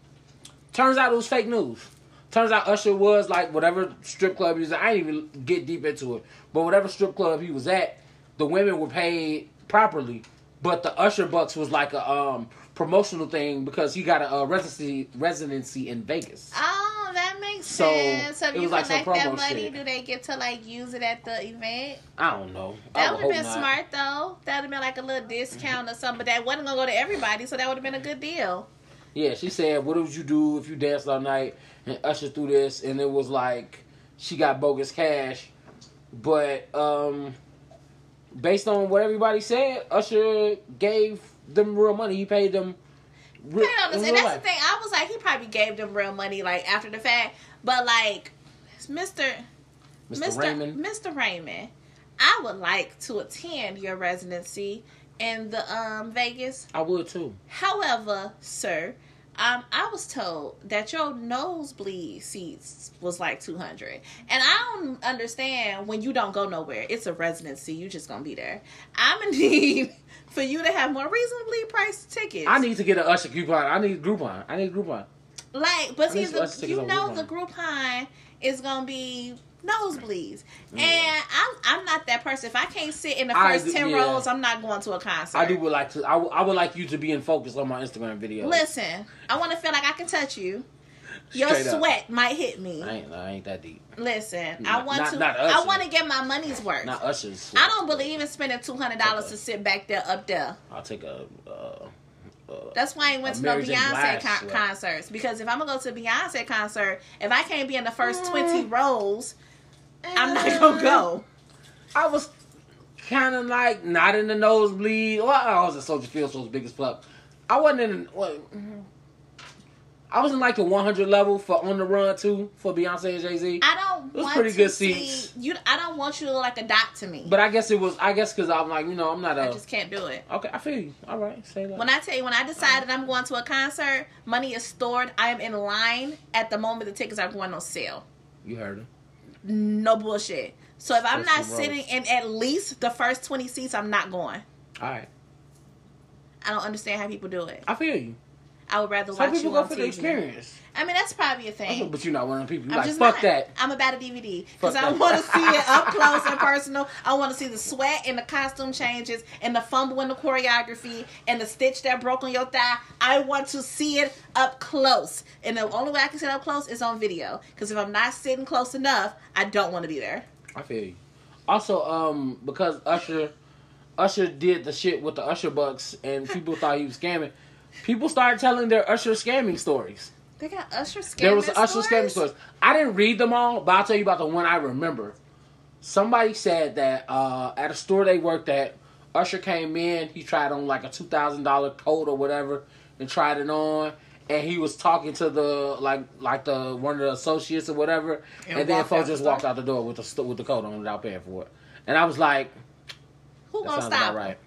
Speaker 5: turns out it was fake news. Turns out Usher was like whatever strip club he was at. I didn't even get deep into it, but whatever strip club he was at, the women were paid properly. But the Usher bucks was like a um, promotional thing because he got a, uh residency residency in Vegas.
Speaker 7: Oh, that makes
Speaker 5: So,
Speaker 7: sense. So if
Speaker 5: it
Speaker 7: you
Speaker 5: was like
Speaker 7: collect
Speaker 5: some
Speaker 7: that
Speaker 5: promo
Speaker 7: money,
Speaker 5: shit.
Speaker 7: do they get to like use it at the event?
Speaker 5: I don't know. I
Speaker 7: That would have
Speaker 5: hope
Speaker 7: been
Speaker 5: not.
Speaker 7: smart though. That would have been like a little discount or something. But that wasn't gonna go to everybody, so that would have been a good deal.
Speaker 5: Yeah, she said, "What would you do if you danced all night and Usher through this?" And it was like she got bogus cash, but um, based on what everybody said, Usher gave them real money. He paid them. Real,
Speaker 7: They don't
Speaker 5: in
Speaker 7: understand.
Speaker 5: real
Speaker 7: that's
Speaker 5: life.
Speaker 7: the thing. I was like, he probably gave them real money like after the fact, but like, Mister
Speaker 5: Mr. Raymond.
Speaker 7: Mr. Raymond, I would like to attend your residency in the um Vegas.
Speaker 5: I would too.
Speaker 7: However, sir, um, I was told that your nosebleed seats was like two hundred, and I don't understand when you don't go nowhere. It's a residency; you just gonna be there. I'm in need for you to have more reasonably priced tickets.
Speaker 5: I need to get an Usher coupon. I need Groupon. I need Groupon.
Speaker 7: Like, but
Speaker 5: I
Speaker 7: see,
Speaker 5: need us
Speaker 7: the,
Speaker 5: tickets
Speaker 7: you
Speaker 5: on
Speaker 7: know
Speaker 5: Groupon.
Speaker 7: the Groupon is gonna be nosebleeds, and I'm I'm not that person. If I can't sit in the
Speaker 5: I
Speaker 7: first
Speaker 5: do-
Speaker 7: ten
Speaker 5: yeah.
Speaker 7: rows, I'm not going to a concert.
Speaker 5: I do would like to. I would- I would like you to be in focus on my Instagram video.
Speaker 7: Listen, I want to feel like I can touch you. Your
Speaker 5: Straight up.
Speaker 7: sweat might hit me.
Speaker 5: I ain't. I ain't that deep.
Speaker 7: Listen, I
Speaker 5: Not-
Speaker 7: want
Speaker 5: not-
Speaker 7: to.
Speaker 5: not us.
Speaker 7: I want to get my money's worth.
Speaker 5: Not Usher's.
Speaker 7: I don't believe in spending two hundred dollars to sit back there up there.
Speaker 5: I'll take a. Uh,
Speaker 7: That's why I ain't went
Speaker 5: A
Speaker 7: to no
Speaker 5: Mary J.
Speaker 7: Beyonce
Speaker 5: Blige
Speaker 7: con-
Speaker 5: sweat.
Speaker 7: concerts because if I'm gonna go to a Beyonce concert, if I can't be in the first twenty rows, I'm not gonna go.
Speaker 5: I was kind of like not in the nosebleed. Well, I was at Soldier Field, so it was big as fuck. I wasn't in. Well, mm, I was in like the 100 level for On the Run too for Beyonce and Jay Z.
Speaker 7: I don't
Speaker 5: Those
Speaker 7: want
Speaker 5: pretty
Speaker 7: to
Speaker 5: good
Speaker 7: see
Speaker 5: seats.
Speaker 7: you. I don't want you to look like a dot to me.
Speaker 5: But I guess it was. I guess because I'm like you know I'm not
Speaker 7: I
Speaker 5: a.
Speaker 7: just can't do it.
Speaker 5: okay, I feel you. All right, say that.
Speaker 7: When I tell you, when I decided I'm going to a concert, money is stored. I am in line at the moment the tickets are going on sale.
Speaker 5: you heard him.
Speaker 7: No bullshit. So if I'm
Speaker 5: That's
Speaker 7: not
Speaker 5: the rules.
Speaker 7: sitting in at least the first 20 seats, I'm not going.
Speaker 5: All right,
Speaker 7: I don't understand how people do it.
Speaker 5: I feel you.
Speaker 7: I would rather
Speaker 5: Some
Speaker 7: watch
Speaker 5: people
Speaker 7: you
Speaker 5: go
Speaker 7: on
Speaker 5: for
Speaker 7: TV.
Speaker 5: the experience,
Speaker 7: I mean, that's probably a thing.
Speaker 5: but you're not one of the people. You
Speaker 7: I'm
Speaker 5: like
Speaker 7: just
Speaker 5: fuck
Speaker 7: not.
Speaker 5: that.
Speaker 7: I'm about a DVD because I
Speaker 5: that.
Speaker 7: want to see it up close and personal. I want to see the sweat and the costume changes and the fumble in the choreography and the stitch that broke on your thigh. I want to see it up close, and the only way I can see it up close is on video. Because if I'm not sitting close enough, I don't want to be there.
Speaker 5: I feel you. Also, um, because Usher, Usher did the shit with the Usher bucks, and people thought he was scamming. People started telling their Usher scamming stories.
Speaker 7: They got Usher scamming.
Speaker 5: there was
Speaker 7: stories?
Speaker 5: Usher scamming stories. I didn't read them all, but I'll tell you about the one I remember. Somebody said that uh, at a store they worked at, Usher came in. He tried on like a two thousand dollar coat or whatever, and tried it on. And he was talking to the like like the one of the associates or whatever, and,
Speaker 6: And
Speaker 5: then
Speaker 6: walked out
Speaker 5: folks
Speaker 6: the
Speaker 5: just
Speaker 6: store?
Speaker 5: walked out the door with the st- with the coat on without paying for it. And I was like,
Speaker 7: Who
Speaker 5: that
Speaker 7: gonna
Speaker 5: sounds
Speaker 7: stop?
Speaker 5: about right.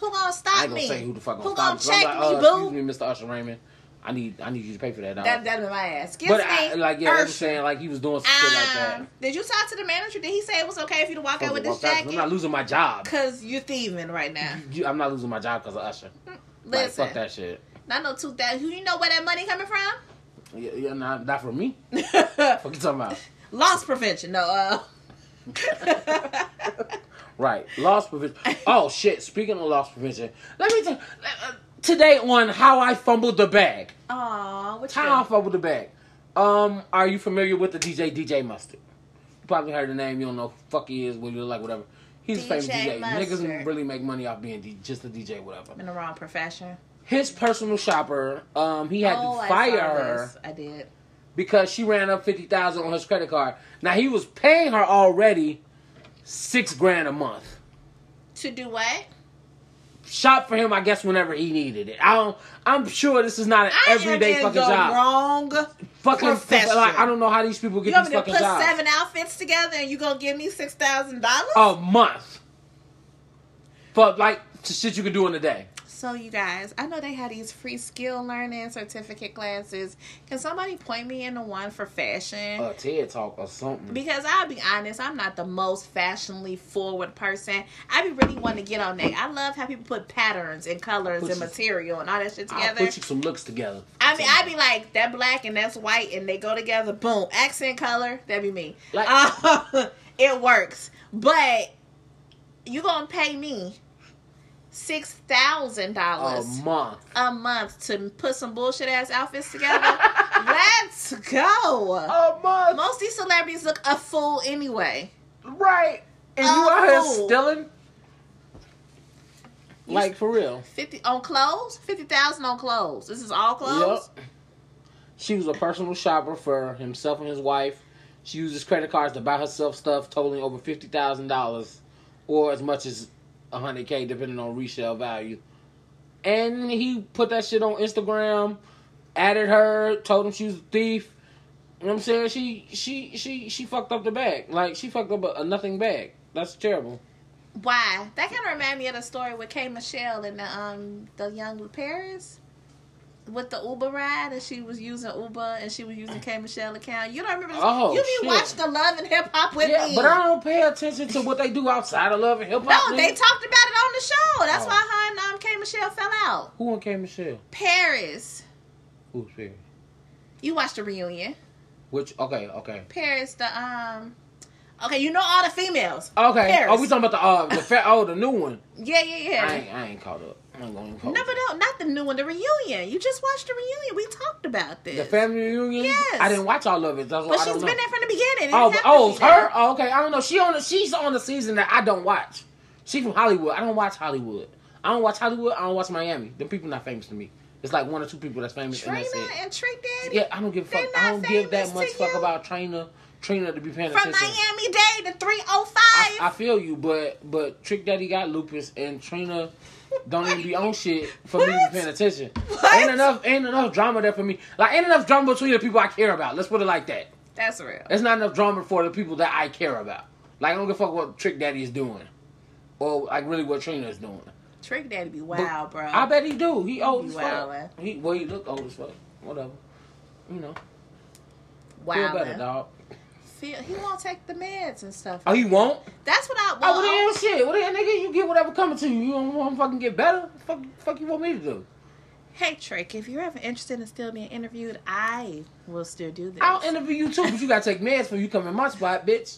Speaker 7: Who gonna
Speaker 5: I
Speaker 7: stop
Speaker 5: ain't gonna
Speaker 7: me?
Speaker 5: say who the fuck gonna
Speaker 7: Who
Speaker 5: stop.
Speaker 7: gonna
Speaker 5: me, so I'm
Speaker 7: check
Speaker 5: like,
Speaker 7: me,
Speaker 5: uh,
Speaker 7: boo?
Speaker 5: Excuse me, Mr. Usher Raymond. I need I need you to pay for that. dog."
Speaker 7: That that'd be my ass. Excuse
Speaker 5: but
Speaker 7: me.
Speaker 5: I, like yeah, they were
Speaker 7: Usher.
Speaker 5: saying like he was doing some shit like that.
Speaker 7: Um, did you talk to the manager? Did he say it was okay for you to walk out with this
Speaker 5: Walked out, 'cause I'm not
Speaker 7: jacket?
Speaker 5: losing my job.
Speaker 7: Because you're thieving right now.
Speaker 5: You- I'm not losing my job because of Usher. Like,
Speaker 7: Listen,
Speaker 5: fuck that shit.
Speaker 7: I know two that who you know where that money coming from?
Speaker 5: Yeah, yeah, not, not for me. Fuck you talking about?
Speaker 7: Loss prevention. No, uh,
Speaker 5: Right. Loss prevention. Oh, shit. Speaking of loss prevention, let me tell uh, Today on How I Fumbled the Bag.
Speaker 7: aw, what you
Speaker 5: How I
Speaker 7: doing?
Speaker 5: Fumbled the Bag. Um, are you familiar with the DJ, DJ Mustard? You probably heard the name. You don't know who the fuck he is, what he look like, whatever. He's a famous
Speaker 7: DJ
Speaker 5: DJ. Niggas
Speaker 7: Mustard.
Speaker 5: really make money off being D- just a DJ, whatever.
Speaker 7: I'm in the wrong profession.
Speaker 5: His personal shopper, um, he had
Speaker 7: oh,
Speaker 5: to fire
Speaker 7: I saw
Speaker 5: her.
Speaker 7: this. I did.
Speaker 5: because she ran up fifty thousand on his credit card. Now he was paying her already six grand a month.
Speaker 7: To do what?
Speaker 5: Shop for him, I guess, whenever he needed it. I don't. I'm sure this is not an
Speaker 7: I
Speaker 5: everyday
Speaker 7: am in
Speaker 5: fucking
Speaker 7: the
Speaker 5: job.
Speaker 7: wrong.
Speaker 5: fucking
Speaker 7: profession.
Speaker 5: like I don't know how these people get
Speaker 7: You want
Speaker 5: these
Speaker 7: me to
Speaker 5: fucking
Speaker 7: put
Speaker 5: jobs
Speaker 7: seven outfits together and you gonna give me six thousand dollars?
Speaker 5: a month for like to shit you could do in a day.
Speaker 7: So you guys, I know they had these free skill learning certificate classes. Can somebody point me in the one for fashion?
Speaker 5: A TED talk or something.
Speaker 7: Because I'll be honest, I'm not the most fashionably forward person. I be really wanting to get on that. I love how people put patterns and colors
Speaker 5: Put
Speaker 7: and
Speaker 5: you-
Speaker 7: material and all that shit
Speaker 5: I'll
Speaker 7: together.
Speaker 5: put you some looks together.
Speaker 7: I mean, I'd be like that black and that's white and they go together. Boom, accent color. That'd be me.
Speaker 5: Like-
Speaker 7: Uh, it works, but you gonna pay me six thousand
Speaker 5: a
Speaker 7: dollars
Speaker 5: month.
Speaker 7: a month to put some bullshit ass outfits together? Let's go.
Speaker 5: A month,
Speaker 7: Most of these celebrities look a fool anyway.
Speaker 5: right? And you out here
Speaker 7: Oh.
Speaker 5: stealing. Like for real.
Speaker 7: Fifty on clothes, fifty thousand on clothes. This is all clothes.
Speaker 5: Yep. She was a personal shopper for himself and his wife. She uses credit cards to buy herself stuff totaling over fifty thousand dollars, or as much as hundred k, depending on resale value. And he put that shit on Instagram, added her, told him she was a thief. You know what I'm saying? She she she she fucked up the bag. Like she fucked up a, a nothing bag. That's terrible.
Speaker 7: Why? That kind of remind me of the story with K Michelle and the um the young Paris with the Uber ride, and she was using Uber and she was using K Michelle account. You don't remember? This?
Speaker 5: Oh,
Speaker 7: you
Speaker 5: shit.
Speaker 7: be watching the Love and Hip Hop with
Speaker 5: yeah,
Speaker 7: me.
Speaker 5: but I don't pay attention to what they do outside of love and hip hop. nigga.
Speaker 7: no, they talked about it on the show. That's
Speaker 5: Oh.
Speaker 7: why her and um, K Michelle fell out.
Speaker 5: Who on K Michelle?
Speaker 7: Paris,
Speaker 5: Who's fair?
Speaker 7: you watched the reunion.
Speaker 5: Which okay, okay.
Speaker 7: Paris, the um, okay, you know all the females.
Speaker 5: Okay.
Speaker 7: Paris.
Speaker 5: Oh, we talking about the uh the fa- oh the new one.
Speaker 7: Yeah, yeah, yeah.
Speaker 5: I ain't I ain't caught up. I ain't gonna even caught
Speaker 7: No, but no, not the new one, the reunion. You just watched the reunion. We talked about this.
Speaker 5: The family reunion.
Speaker 7: Yes.
Speaker 5: I didn't watch all of it. That's
Speaker 7: but
Speaker 5: what I
Speaker 7: she's
Speaker 5: don't know.
Speaker 7: been there from the beginning. It
Speaker 5: oh, but-
Speaker 7: didn't have to
Speaker 5: oh,
Speaker 7: be
Speaker 5: it's
Speaker 7: there.
Speaker 5: her. Oh, okay. I don't know. She on the, she's on the season that I don't watch. She from Hollywood. I don't watch Hollywood. I don't watch Hollywood. I don't watch Miami. Them people not famous to me. It's like one or two people that's famous. and that's
Speaker 7: Trina
Speaker 5: it.
Speaker 7: and Trick Daddy.
Speaker 5: Yeah, I don't give a
Speaker 7: They
Speaker 5: fuck. I
Speaker 7: not
Speaker 5: don't give that
Speaker 7: famous
Speaker 5: much
Speaker 7: to
Speaker 5: fuck
Speaker 7: you?
Speaker 5: about Trina. Trina to be paying
Speaker 7: From
Speaker 5: attention.
Speaker 7: Miami Day to
Speaker 5: I, I
Speaker 7: 305.
Speaker 5: feel you, but but Trick Daddy got lupus and Trina don't even be on shit for me to
Speaker 7: What?
Speaker 5: be paying attention.
Speaker 7: What?
Speaker 5: Ain't enough ain't enough drama there for me. Like ain't enough drama between the people I care about. Let's put it like that.
Speaker 7: That's real.
Speaker 5: There's not enough drama for the people that I care about. Like I don't give a fuck what Trick Daddy is doing. Or like really what Trina is doing.
Speaker 7: Trick Daddy be wild, bro.
Speaker 5: I bet he do. He old as
Speaker 7: wildin'.
Speaker 5: fuck. He well he look old as fuck. Whatever. You know. Feel better,
Speaker 7: Wild.
Speaker 5: dog.
Speaker 7: Feel he won't take the meds and stuff.
Speaker 5: Oh, he won't?
Speaker 7: That's what I
Speaker 5: Oh, well,
Speaker 7: want.
Speaker 5: then shit. Well, then, nigga, you get whatever coming to you. You don't want to fucking get better. Fuck, fuck you want me to do?
Speaker 7: hey Trick, if you're ever interested in still being interviewed, I will still do this.
Speaker 5: I'll interview you too, but you gotta take meds for you come in my spot, bitch.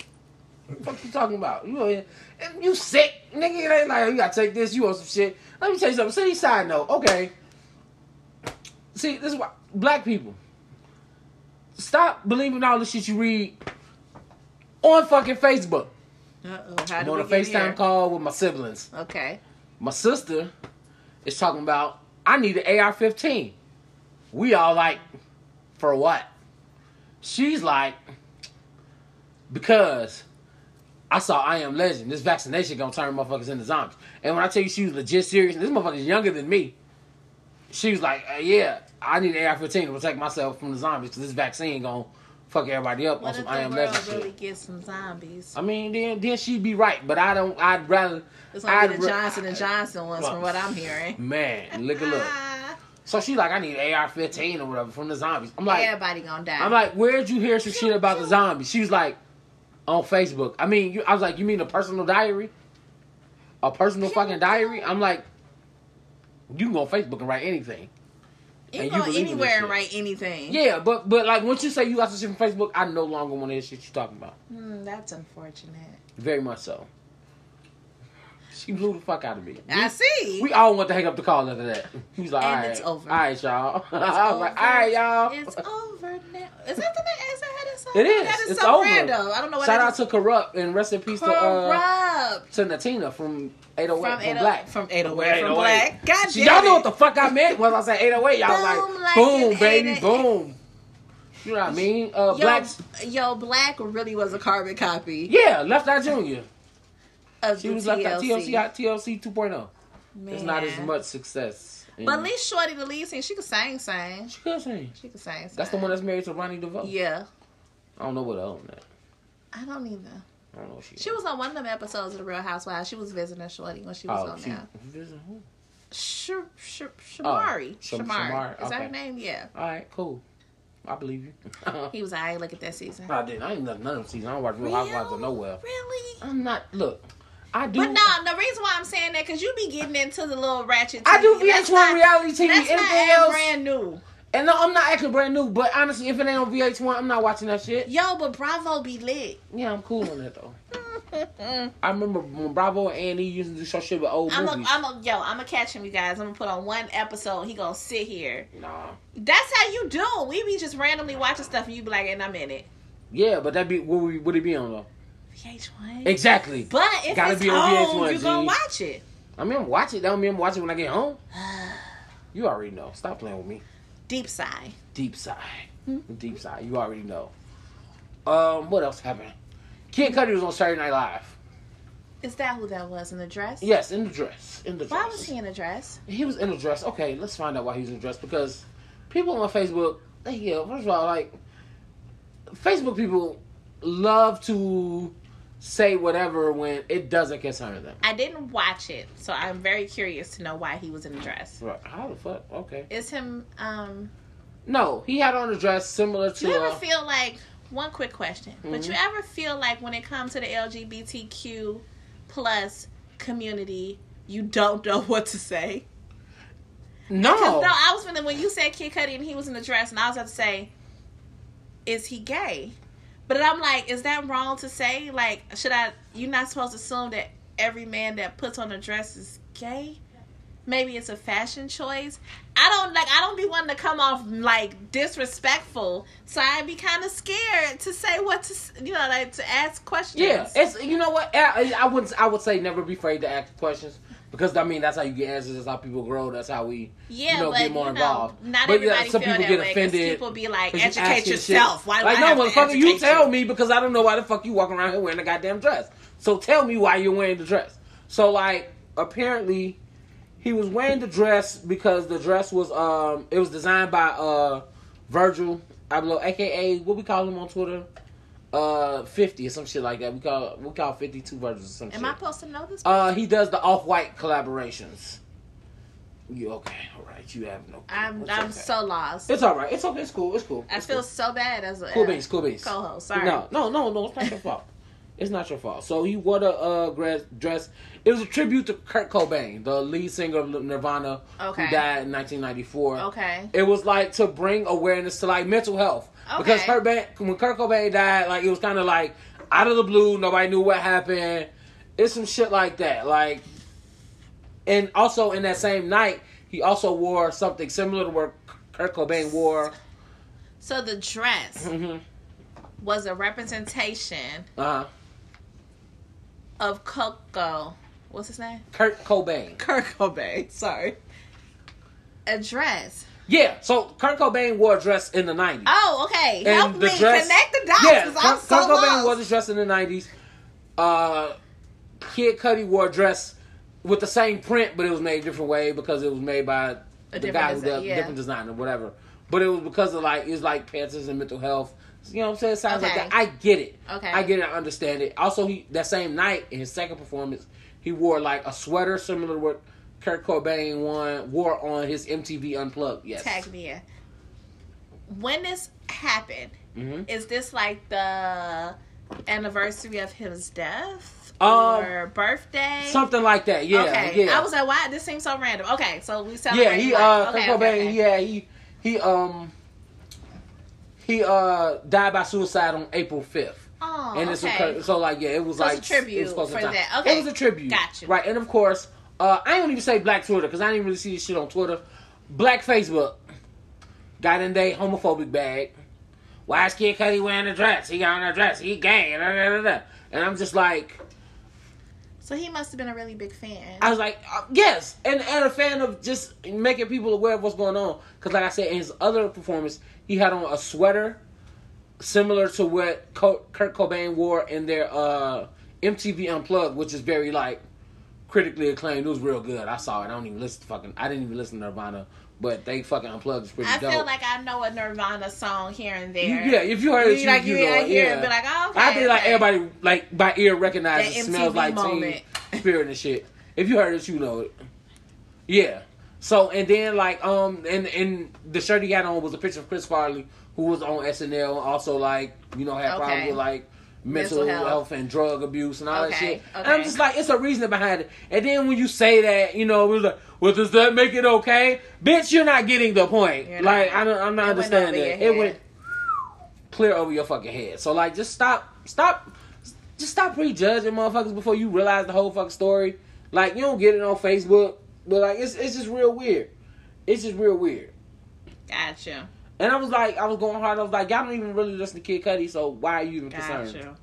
Speaker 5: What you talking about? You over here- and you sick, nigga? It ain't like oh, you gotta take this. You want some shit? Let me tell you something. See, side note, okay. See, this is why black people stop believing all the shit you read on fucking Facebook.
Speaker 7: Uh-oh, how
Speaker 5: I'm
Speaker 7: do
Speaker 5: on
Speaker 7: we
Speaker 5: a
Speaker 7: get here?
Speaker 5: FaceTime call with my siblings.
Speaker 7: Okay.
Speaker 5: My sister is talking about I need an AR-15. We all like, for what? She's like, because I saw I Am Legend. This vaccination gonna turn motherfuckers into zombies. And when I tell you she was legit serious, this motherfucker's younger than me. She was like, uh, yeah, I need an AR-15 to protect myself from the zombies. 'cause this vaccine gonna fuck everybody up
Speaker 7: What
Speaker 5: on
Speaker 7: if
Speaker 5: some I
Speaker 7: the
Speaker 5: Am
Speaker 7: world
Speaker 5: Legend
Speaker 7: really
Speaker 5: shit.
Speaker 7: gets some zombies?
Speaker 5: I mean, then then she'd be right, but I don't. I'd rather.
Speaker 7: It's gonna be
Speaker 5: I'd
Speaker 7: the
Speaker 5: ra-
Speaker 7: Johnson and Johnson ones, from what I'm hearing.
Speaker 5: Man, look at look. So she like, I need AR fifteen or whatever from the zombies. I'm like,
Speaker 7: Everybody gonna die.
Speaker 5: I'm like, where'd you hear some shit about the zombies? She was like, on Facebook. I mean, you, I was like, you mean a personal diary? A personal fucking diary? I'm like, you can go on Facebook and write anything.
Speaker 7: you
Speaker 5: and
Speaker 7: can
Speaker 5: you
Speaker 7: go
Speaker 5: believe in this
Speaker 7: anywhere and
Speaker 5: shit.
Speaker 7: write anything.
Speaker 5: Yeah, but but like once you say you got some shit from Facebook, I no longer want to hear shit you talking about.
Speaker 7: Hmm, that's unfortunate.
Speaker 5: Very much so. She blew the fuck out of me.
Speaker 7: I see.
Speaker 5: We all want to hang up the call after that. He was like,
Speaker 7: And
Speaker 5: all right,
Speaker 7: it's over.
Speaker 5: all right, y'all. I was like, all right, y'all.
Speaker 7: It's over now. Is that the name? Is that how that song?
Speaker 5: It is.
Speaker 7: That is
Speaker 5: It's
Speaker 7: so
Speaker 5: over.
Speaker 7: random. I don't know what
Speaker 5: Shout
Speaker 7: that
Speaker 5: out
Speaker 7: is.
Speaker 5: to Corrupt and rest in peace to uh,
Speaker 7: Corrupt.
Speaker 5: to Natina from 808 from,
Speaker 7: From 80
Speaker 5: Black.
Speaker 7: From 808. From
Speaker 5: 808.
Speaker 7: Black. God
Speaker 5: See,
Speaker 7: damn
Speaker 5: y'all
Speaker 7: it.
Speaker 5: know what the fuck I meant when I said 808. Y'all
Speaker 7: Boom,
Speaker 5: was
Speaker 7: like
Speaker 5: like, boom,
Speaker 7: an
Speaker 5: baby,
Speaker 7: 808.
Speaker 5: boom. You know what I mean? Uh,
Speaker 7: Yo,
Speaker 5: Black,
Speaker 7: yo, Black really was a carbon copy
Speaker 5: yeah, Left Eye Junior.
Speaker 7: of
Speaker 5: She
Speaker 7: the
Speaker 5: was
Speaker 7: TLC.
Speaker 5: Left Eye TLC, out- TLC 2.0. oh. It's not as
Speaker 7: Man.
Speaker 5: much success. in-
Speaker 7: But at least Shorty the lead singer, she could sing, sing.
Speaker 5: she could sing.
Speaker 7: She could sing, sing.
Speaker 5: That's the one that's married to Ronnie DeVoe.
Speaker 7: Yeah.
Speaker 5: I don't know what else. that.
Speaker 7: I don't either.
Speaker 5: I don't know if she.
Speaker 7: She was on one of them episodes of The Real Housewives. She was visiting Shorty when she was
Speaker 5: oh,
Speaker 7: on
Speaker 5: she,
Speaker 7: there.
Speaker 5: visit who?
Speaker 7: Sh- sh- Shamari.
Speaker 5: Sh-
Speaker 7: Shamari.
Speaker 5: Shamari,
Speaker 7: Is that her
Speaker 5: okay.
Speaker 7: name? Yeah.
Speaker 5: All right, cool. I believe you.
Speaker 7: He was I look at that season.
Speaker 5: I didn't. I ain't nothing. None of them season. I don't watch Real
Speaker 7: Real?
Speaker 5: Housewives of Nowhere.
Speaker 7: Really?
Speaker 5: I'm not. Look, I do.
Speaker 7: But no, the reason why I'm saying that because you be getting into the little ratchet.
Speaker 5: I do
Speaker 7: TV. That's
Speaker 5: VH1
Speaker 7: not-
Speaker 5: reality TV.
Speaker 7: That's
Speaker 5: Anything
Speaker 7: not
Speaker 5: else?
Speaker 7: as brand new.
Speaker 5: And no, I'm not acting brand new. But honestly, if it ain't on VH1, I'm not watching that shit.
Speaker 7: Yo, but Bravo be lit.
Speaker 5: Yeah, I'm cool on that though. I remember when Bravo and E used to do some shit with old
Speaker 7: I'm a,
Speaker 5: movies.
Speaker 7: I'm a, yo, I'm gonna catch him, you guys. I'm gonna put on one episode. He gonna sit here.
Speaker 5: nah.
Speaker 7: That's how you do. We be just randomly watching stuff, and you be like, and I'm in it.
Speaker 5: Yeah, but that be what we would it be on though?
Speaker 7: VH1.
Speaker 5: Exactly.
Speaker 7: But if
Speaker 5: Gotta
Speaker 7: it's
Speaker 5: be on
Speaker 7: on,
Speaker 5: VH1,
Speaker 7: you gonna
Speaker 5: G.
Speaker 7: watch it.
Speaker 5: I mean, I'm watching. That don't mean I'm watching when I get home. You already know. Stop playing with me.
Speaker 7: Deep sigh.
Speaker 5: Deep side.
Speaker 7: Hmm?
Speaker 5: Deep side. You already know. Um, what else happened? Kid Cudi was on Saturday Night Live.
Speaker 7: Is that who that was in the dress?
Speaker 5: Yes, in the dress. In the dress.
Speaker 7: Why was he in a dress?
Speaker 5: He was in a dress. Okay, let's find out why he was in a dress because people on Facebook, they yeah, first of all, like Facebook people love to say whatever when it doesn't concern them.
Speaker 7: I didn't watch it, so I'm very curious to know why he was in a dress.
Speaker 5: Right. How the fuck? Okay.
Speaker 7: Is him um
Speaker 5: No, he had on a dress similar to
Speaker 7: Do you ever
Speaker 5: uh, Mm-hmm.
Speaker 7: feel like one quick question? But you ever feel like when it comes to the LGBTQ plus community, you don't know what to say?
Speaker 5: No. Oh.
Speaker 7: 'Cause, No, I was when when you said Kid Cudi and he was in the dress, and I was about to say, is he gay? But I'm like, is that wrong to say? Like, should I? You're not supposed to assume that every man that puts on a dress is gay. Maybe it's a fashion choice. I don't like. I don't be wanting to come off like disrespectful, so I'd be kind of scared to say what to, s- you know, like to ask questions.
Speaker 5: Yeah, it's you know what I, I would I would say never be afraid to ask questions because I mean that's how you get answers. That's how people grow. That's how we
Speaker 7: Yeah,
Speaker 5: you know,
Speaker 7: but
Speaker 5: get more
Speaker 7: you know,
Speaker 5: involved.
Speaker 7: not
Speaker 5: but
Speaker 7: everybody
Speaker 5: yeah, some
Speaker 7: feel
Speaker 5: people
Speaker 7: that
Speaker 5: get
Speaker 7: way 'cause
Speaker 5: offended.
Speaker 7: people be like,
Speaker 5: 'cause you
Speaker 7: "Educate
Speaker 5: asking shit.
Speaker 7: yourself. Why do
Speaker 5: like
Speaker 7: I
Speaker 5: no,
Speaker 7: have to
Speaker 5: motherfucker, you
Speaker 7: educate
Speaker 5: tell
Speaker 7: you?"
Speaker 5: me because I don't know why the fuck you walking around here wearing a goddamn dress. So tell me why you're wearing the dress. So like apparently he was wearing the dress because the dress was um it was designed by uh Virgil Abloh, aka what we call him on Twitter, uh fifty or some shit like that. We call we call fifty two Virgils or some shit.
Speaker 7: Am I supposed to know this?
Speaker 5: uh, he does the off white collaborations. You okay? All right, you have no. clue.
Speaker 7: I'm
Speaker 5: It's
Speaker 7: I'm
Speaker 5: okay.
Speaker 7: so lost.
Speaker 5: It's all right. It's okay. It's cool. It's cool.
Speaker 7: I
Speaker 5: It's
Speaker 7: feel
Speaker 5: cool.
Speaker 7: so bad as a
Speaker 5: Cool beans, cool beans.
Speaker 7: co-host. Sorry.
Speaker 5: No, no, no, no. It's not your fault. It's not your fault. So he wore the uh, dress- dress. It was a tribute to Kurt Cobain, the lead singer of Nirvana,
Speaker 7: Okay.
Speaker 5: who died in 1994.
Speaker 7: Okay.
Speaker 5: It was like to bring awareness to like mental health because
Speaker 7: Okay.
Speaker 5: Kurt ba- when Kurt Cobain died, like it was kind of like out of the blue. Nobody knew what happened. It's some shit like that. Like, and also in that same night, he also wore something similar to what Kurt Cobain wore.
Speaker 7: So the dress
Speaker 5: Mhm.
Speaker 7: was a representation
Speaker 5: Uh,
Speaker 7: of Coco. What's his name?
Speaker 5: Kurt Cobain.
Speaker 7: Kurt Cobain. Sorry. A dress.
Speaker 5: Yeah, so Kurt Cobain wore a dress in the 90s.
Speaker 7: Oh, okay.
Speaker 5: And
Speaker 7: Help me connect the dots
Speaker 5: Yeah,
Speaker 7: because
Speaker 5: Kurt,
Speaker 7: I'm so
Speaker 5: Kurt Cobain
Speaker 7: lost.
Speaker 5: wore this dress in the 90s. Uh, Kid Cudi wore a dress with the same print, but it was made a different way because it was made by the
Speaker 7: different
Speaker 5: guy who
Speaker 7: design,
Speaker 5: does
Speaker 7: yeah.
Speaker 5: different designer, whatever. But it was because of like, it was like Panthers and mental health. You know what I'm saying? Sounds
Speaker 7: Okay.
Speaker 5: like that. I get it.
Speaker 7: Okay.
Speaker 5: I get it. I understand it. Also, he that same night in his second performance, he wore like a sweater similar to what Kurt Cobain one wore on his MTV Unplugged. Yes.
Speaker 7: Tag me in. When this happened,
Speaker 5: hmm
Speaker 7: is this like the anniversary of his death
Speaker 5: Um,
Speaker 7: or birthday?
Speaker 5: Something like that. Yeah.
Speaker 7: okay.
Speaker 5: Yeah.
Speaker 7: I was like, why? This seems so random. Okay, so we celebrate.
Speaker 5: yeah. He uh, Kurt Cobain. Yeah. He he um he uh died by suicide on April fifth.
Speaker 7: Oh,
Speaker 5: and it's a
Speaker 7: okay.
Speaker 5: cur- so like yeah, it was
Speaker 7: So it's
Speaker 5: like
Speaker 7: a tribute
Speaker 5: it was close to
Speaker 7: for
Speaker 5: time.
Speaker 7: that. Okay.
Speaker 5: It was a tribute.
Speaker 7: Gotcha.
Speaker 5: Right, and of course, uh, I don't even say Black Twitter because I didn't really see this shit on Twitter. Black Facebook got in their homophobic bag. Why is Kid Cudi wearing a dress? He got on a dress. He gay. Da, da, da, da. And I'm just like,
Speaker 7: So he must have been a really big fan.
Speaker 5: I was like, uh, yes, and and a fan of just making people aware of what's going on. Because like I said, in his other performance, he had on a sweater similar to what Co- Kurt Cobain wore in their uh, MTV Unplugged, which is very like critically acclaimed. It was real good. I saw it. I don't even listen to fucking. I didn't even listen to Nirvana, but they fucking Unplugged is pretty
Speaker 7: I
Speaker 5: dope.
Speaker 7: feel like I know a Nirvana song here and
Speaker 5: You-
Speaker 7: there.
Speaker 5: yeah, if you heard it, you,
Speaker 7: like
Speaker 5: you
Speaker 7: you,
Speaker 5: know
Speaker 7: I
Speaker 5: it,
Speaker 7: hear
Speaker 5: yeah.
Speaker 7: it, be like, oh, okay.
Speaker 5: I think like
Speaker 7: okay.
Speaker 5: everybody like by ear recognizes
Speaker 7: That
Speaker 5: it smells
Speaker 7: MTV
Speaker 5: like
Speaker 7: moment.
Speaker 5: teen spirit and shit. If you heard it, you know it. Yeah. So and then like um and and the shirt he had on was a picture of Chris Farley who was on SNL and also like you know had problems
Speaker 7: Okay.
Speaker 5: with like mental,
Speaker 7: Mental
Speaker 5: health.
Speaker 7: health.
Speaker 5: and drug abuse and all that
Speaker 7: Okay,
Speaker 5: shit. And I'm
Speaker 7: okay.
Speaker 5: just like it's a reason behind it. And then when you say that, you know, it was like, well, does that make it okay? Bitch, you're not getting the point.
Speaker 7: You're
Speaker 5: like
Speaker 7: not.
Speaker 5: I don't, I'm not
Speaker 7: It went
Speaker 5: understanding
Speaker 7: over
Speaker 5: that.
Speaker 7: your
Speaker 5: It went
Speaker 7: head.
Speaker 5: clear over your fucking head. So like, just stop, stop, just stop prejudging motherfuckers before you realize the whole fucking story. Like you don't get it on Facebook, but like it's it's just real weird. It's just real weird.
Speaker 7: Gotcha.
Speaker 5: And I was like, I was going hard. I was like, y'all don't even really listen to Kid Cudi, so why are you even concerned?
Speaker 7: Gotcha.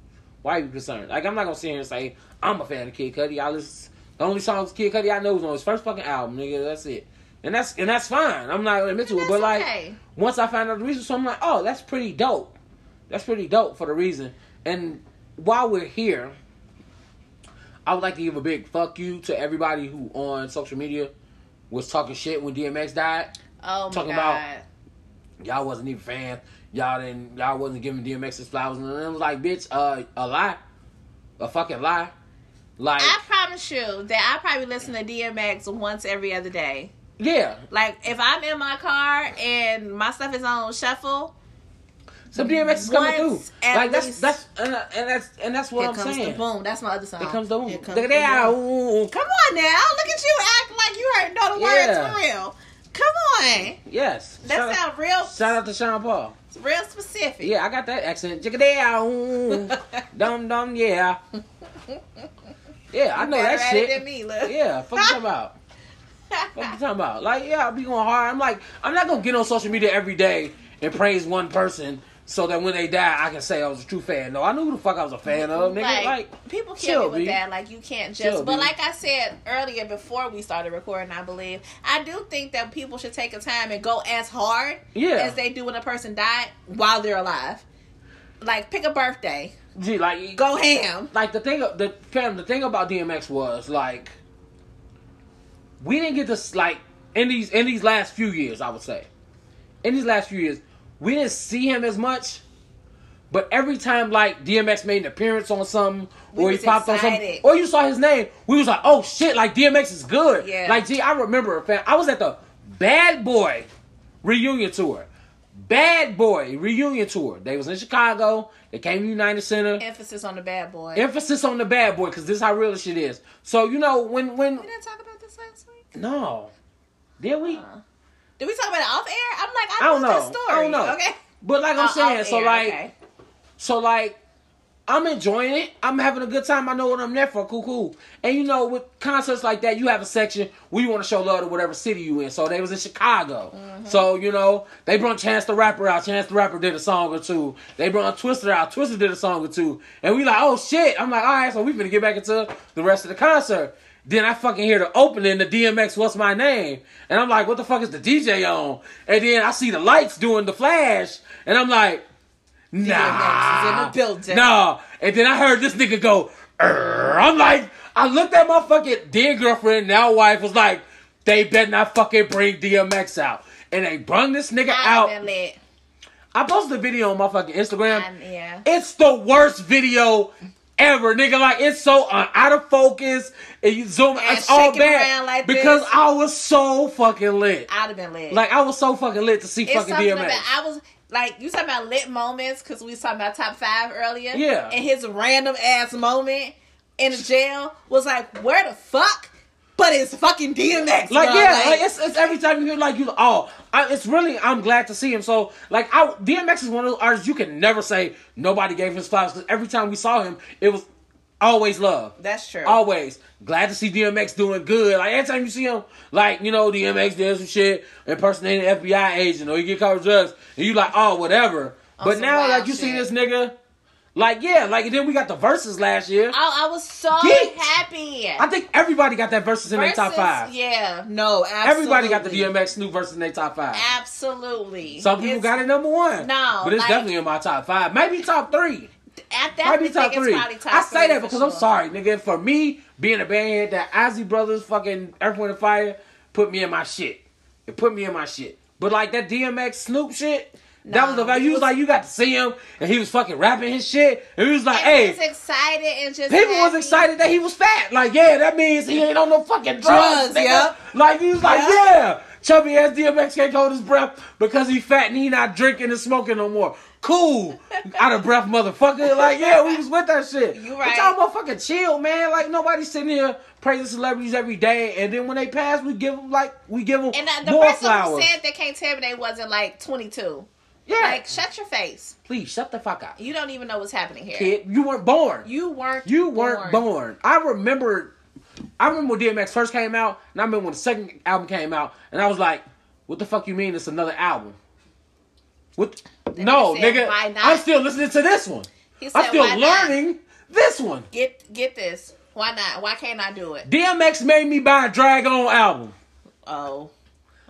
Speaker 5: Why are you concerned? Like I'm not gonna sit here and say I'm a fan of Kid Cudi. I listen. The only songs Kid Cudi I know is on his first fucking album, nigga. That's it. And that's and that's fine. I'm not gonna admit to it,
Speaker 7: That's
Speaker 5: but like
Speaker 7: okay.
Speaker 5: once I found out the reason, so I'm like, oh, that's pretty dope. That's pretty dope for the reason. And while we're here, I would like to give a big fuck you to everybody who on social media was talking shit when DMX died.
Speaker 7: Oh my
Speaker 5: Talking
Speaker 7: god.
Speaker 5: about- Y'all wasn't even fans. Y'all didn't. Y'all wasn't giving DMX his flowers, and it was like, bitch, uh, a lie, a fucking lie. Like,
Speaker 7: I promise you that I probably listen to DMX once every other day.
Speaker 5: yeah,
Speaker 7: Like if I'm in my car and my stuff is on shuffle,
Speaker 5: some DMX is coming through.
Speaker 7: Once at
Speaker 5: Like that's
Speaker 7: least.
Speaker 5: that's and, uh, and that's and that's what
Speaker 7: here
Speaker 5: I'm
Speaker 7: comes
Speaker 5: saying.
Speaker 7: the boom. That's my other song.
Speaker 5: Here comes the boom.
Speaker 7: Here comes
Speaker 5: Look at that.
Speaker 7: boom.
Speaker 5: Ooh,
Speaker 7: Come on now, look at you acting like you already know the
Speaker 5: Yeah.
Speaker 7: words for real. Come on,
Speaker 5: Yes.
Speaker 7: that
Speaker 5: shout, out,
Speaker 7: sounds real,
Speaker 5: shout out to Sean Paul.
Speaker 7: real specific.
Speaker 5: Yeah, I got that accent. Jigga Dum dum. Yeah. Yeah, I know
Speaker 7: Better
Speaker 5: that
Speaker 7: at
Speaker 5: shit.
Speaker 7: it than me, look.
Speaker 5: Yeah, fuck you talking about. What you talking about? Like, yeah, I'll be going hard. I'm like, I'm not gonna get on social media every day and praise one person so that when they die, I can say I was a true fan. No, I knew who the fuck I was a fan of, nigga. Like,
Speaker 7: like, people
Speaker 5: chill,
Speaker 7: kill me
Speaker 5: B.
Speaker 7: with that. Like you can't just.
Speaker 5: Chill,
Speaker 7: but
Speaker 5: B.
Speaker 7: like I said earlier before we started recording, I believe I do think that people should take a time and go as hard
Speaker 5: Yeah.
Speaker 7: as they do when a person died while they're alive. Like pick a birthday,
Speaker 5: gee, like,
Speaker 7: go ham.
Speaker 5: Like the thing, the fam, the thing about DMX was like, we didn't get this like in these in these last few years, I would say. In these last few years, we didn't see him as much. But every time like DMX made an appearance on something,
Speaker 7: We
Speaker 5: or he
Speaker 7: was
Speaker 5: popped on something,
Speaker 7: excited.
Speaker 5: or you saw his name, we was like, oh shit, like DMX is good.
Speaker 7: Yeah.
Speaker 5: Like gee, I remember a fan. I was at the Bad Boy reunion tour. Bad Boy reunion tour. They was in Chicago. They came to United Center.
Speaker 7: Emphasis on the bad boy.
Speaker 5: Emphasis on the bad boy, cause this is how real this shit is. So you know when when
Speaker 7: we didn't talk about this last week.
Speaker 5: no, did we?
Speaker 7: Uh-huh. Did we talk about it off air? I'm like, I,
Speaker 5: I don't
Speaker 7: know
Speaker 5: know.
Speaker 7: this story.
Speaker 5: I don't know.
Speaker 7: Okay.
Speaker 5: But like I'm
Speaker 7: Oh,
Speaker 5: saying,
Speaker 7: off
Speaker 5: so
Speaker 7: air,
Speaker 5: like
Speaker 7: okay.
Speaker 5: so like I'm enjoying it. I'm having a good time. I know what I'm there for. Cool, cool. And you know, with concerts like that, you have a section where you want to show love to whatever city you in. So they was in Chicago.
Speaker 7: Mm-hmm.
Speaker 5: So you know, they brought Chance the Rapper out. Chance the Rapper did a song or two. They brought Twisted out. Twisted did a song or two. And we like, oh shit. I'm like, all right. So we finna get back into the rest of the concert. Then I fucking hear the opening, the DMX, what's my name? And I'm like, what the fuck is the DJ on? And then I see the lights doing the flash, and I'm like,
Speaker 7: DMX is in
Speaker 5: Nah.
Speaker 7: the building.
Speaker 5: Nah. And then I heard this nigga go, "Err." I'm like, I looked at my fucking dear girlfriend, now wife, was like, they better not fucking bring DMX out. And they brung this nigga
Speaker 7: I
Speaker 5: out.
Speaker 7: smell it.
Speaker 5: I posted a video on my fucking Instagram.
Speaker 7: I'm- yeah.
Speaker 5: It's the worst video ever, nigga. Like it's so uh, out of focus. And you zoom,
Speaker 7: And
Speaker 5: it's all
Speaker 7: shaking
Speaker 5: bad
Speaker 7: around like
Speaker 5: because
Speaker 7: this.
Speaker 5: I was so fucking lit.
Speaker 7: I'd have been lit.
Speaker 5: like I was so fucking lit to see
Speaker 7: it's
Speaker 5: fucking
Speaker 7: something
Speaker 5: DMX.
Speaker 7: about I was like you talking about lit moments because we was talking about top five earlier.
Speaker 5: Yeah.
Speaker 7: and his random ass moment in the jail was like, where the fuck? But it's fucking DMX.
Speaker 5: Like
Speaker 7: bro.
Speaker 5: yeah, like, it's, it's every time you hear like you oh, I, it's really I'm glad to see him. So like I DMX is one of those artists you can never say nobody gave him his flowers because every time we saw him it was always love.
Speaker 7: that's true.
Speaker 5: Always glad to see DMX doing good. Like every time you see him, like you know DMX did some shit, impersonating an FBI agent, or you get caught with drugs, and you like oh whatever. but
Speaker 7: some
Speaker 5: now
Speaker 7: wild
Speaker 5: like you see
Speaker 7: shit.
Speaker 5: this nigga, like yeah, like and then we got the verses last year.
Speaker 7: I, I was so
Speaker 5: Geeked.
Speaker 7: happy.
Speaker 5: I think everybody got that verses in their top
Speaker 7: Versus-
Speaker 5: five.
Speaker 7: Yeah, no, absolutely.
Speaker 5: Everybody got the DMX new verses in their top five.
Speaker 7: Absolutely.
Speaker 5: Some people
Speaker 7: It's-
Speaker 5: got it number one.
Speaker 7: No,
Speaker 5: but it's
Speaker 7: like-
Speaker 5: definitely in my top five, maybe top three,
Speaker 7: At that
Speaker 5: maybe
Speaker 7: point,
Speaker 5: top
Speaker 7: it's
Speaker 5: three.
Speaker 7: probably top
Speaker 5: I say
Speaker 7: three
Speaker 5: that
Speaker 7: for
Speaker 5: because I'm
Speaker 7: sure.
Speaker 5: sorry, nigga. For me, being a band that Ozzy Brothers, fucking Earth, Wind, and Fire, put me in my shit. It put me in my shit. But like that DMX Snoop shit. That
Speaker 7: No,
Speaker 5: was the value.
Speaker 7: he
Speaker 5: You was
Speaker 7: was-
Speaker 5: like, you got to see him, and he was fucking rapping his shit, and he was like,
Speaker 7: Everyone was
Speaker 5: "Hey,
Speaker 7: excited and just
Speaker 5: people was
Speaker 7: happy.
Speaker 5: excited that he was fat. Like, yeah, that means he ain't on no fucking drugs.
Speaker 7: Drugs,
Speaker 5: nigga.
Speaker 7: yup.
Speaker 5: Like he was like,
Speaker 7: Yup.
Speaker 5: yeah, chubby ass DMX can't hold his breath because he fat and he not drinking and smoking no more. Cool, out of breath, motherfucker. Like, yeah, we was with that shit.
Speaker 7: You
Speaker 5: But
Speaker 7: right.
Speaker 5: y'all motherfucking chill, man. Like nobody's sitting here praising celebrities every day, and then when they pass, we give them like we give them
Speaker 7: And the, the
Speaker 5: more
Speaker 7: person
Speaker 5: flowers.
Speaker 7: who said they can't tell me they wasn't like 22.
Speaker 5: yeah,
Speaker 7: Like, shut your face.
Speaker 5: please shut the fuck up,
Speaker 7: You don't even know what's happening here.
Speaker 5: kid. You weren't born.
Speaker 7: You weren't.
Speaker 5: You weren't born. I remember, I remember when DMX first came out, and I remember when the second album came out, and I was like, "What the fuck you mean it's another album?" What? no,
Speaker 7: he said,
Speaker 5: nigga.
Speaker 7: "Why not?"
Speaker 5: I'm still listening to this one.
Speaker 7: He said,
Speaker 5: I'm still
Speaker 7: "Why not?"
Speaker 5: learning this one.
Speaker 7: Get get this. Why not? Why can't I do it?
Speaker 5: DMX made me buy a Drag On album.
Speaker 7: Oh,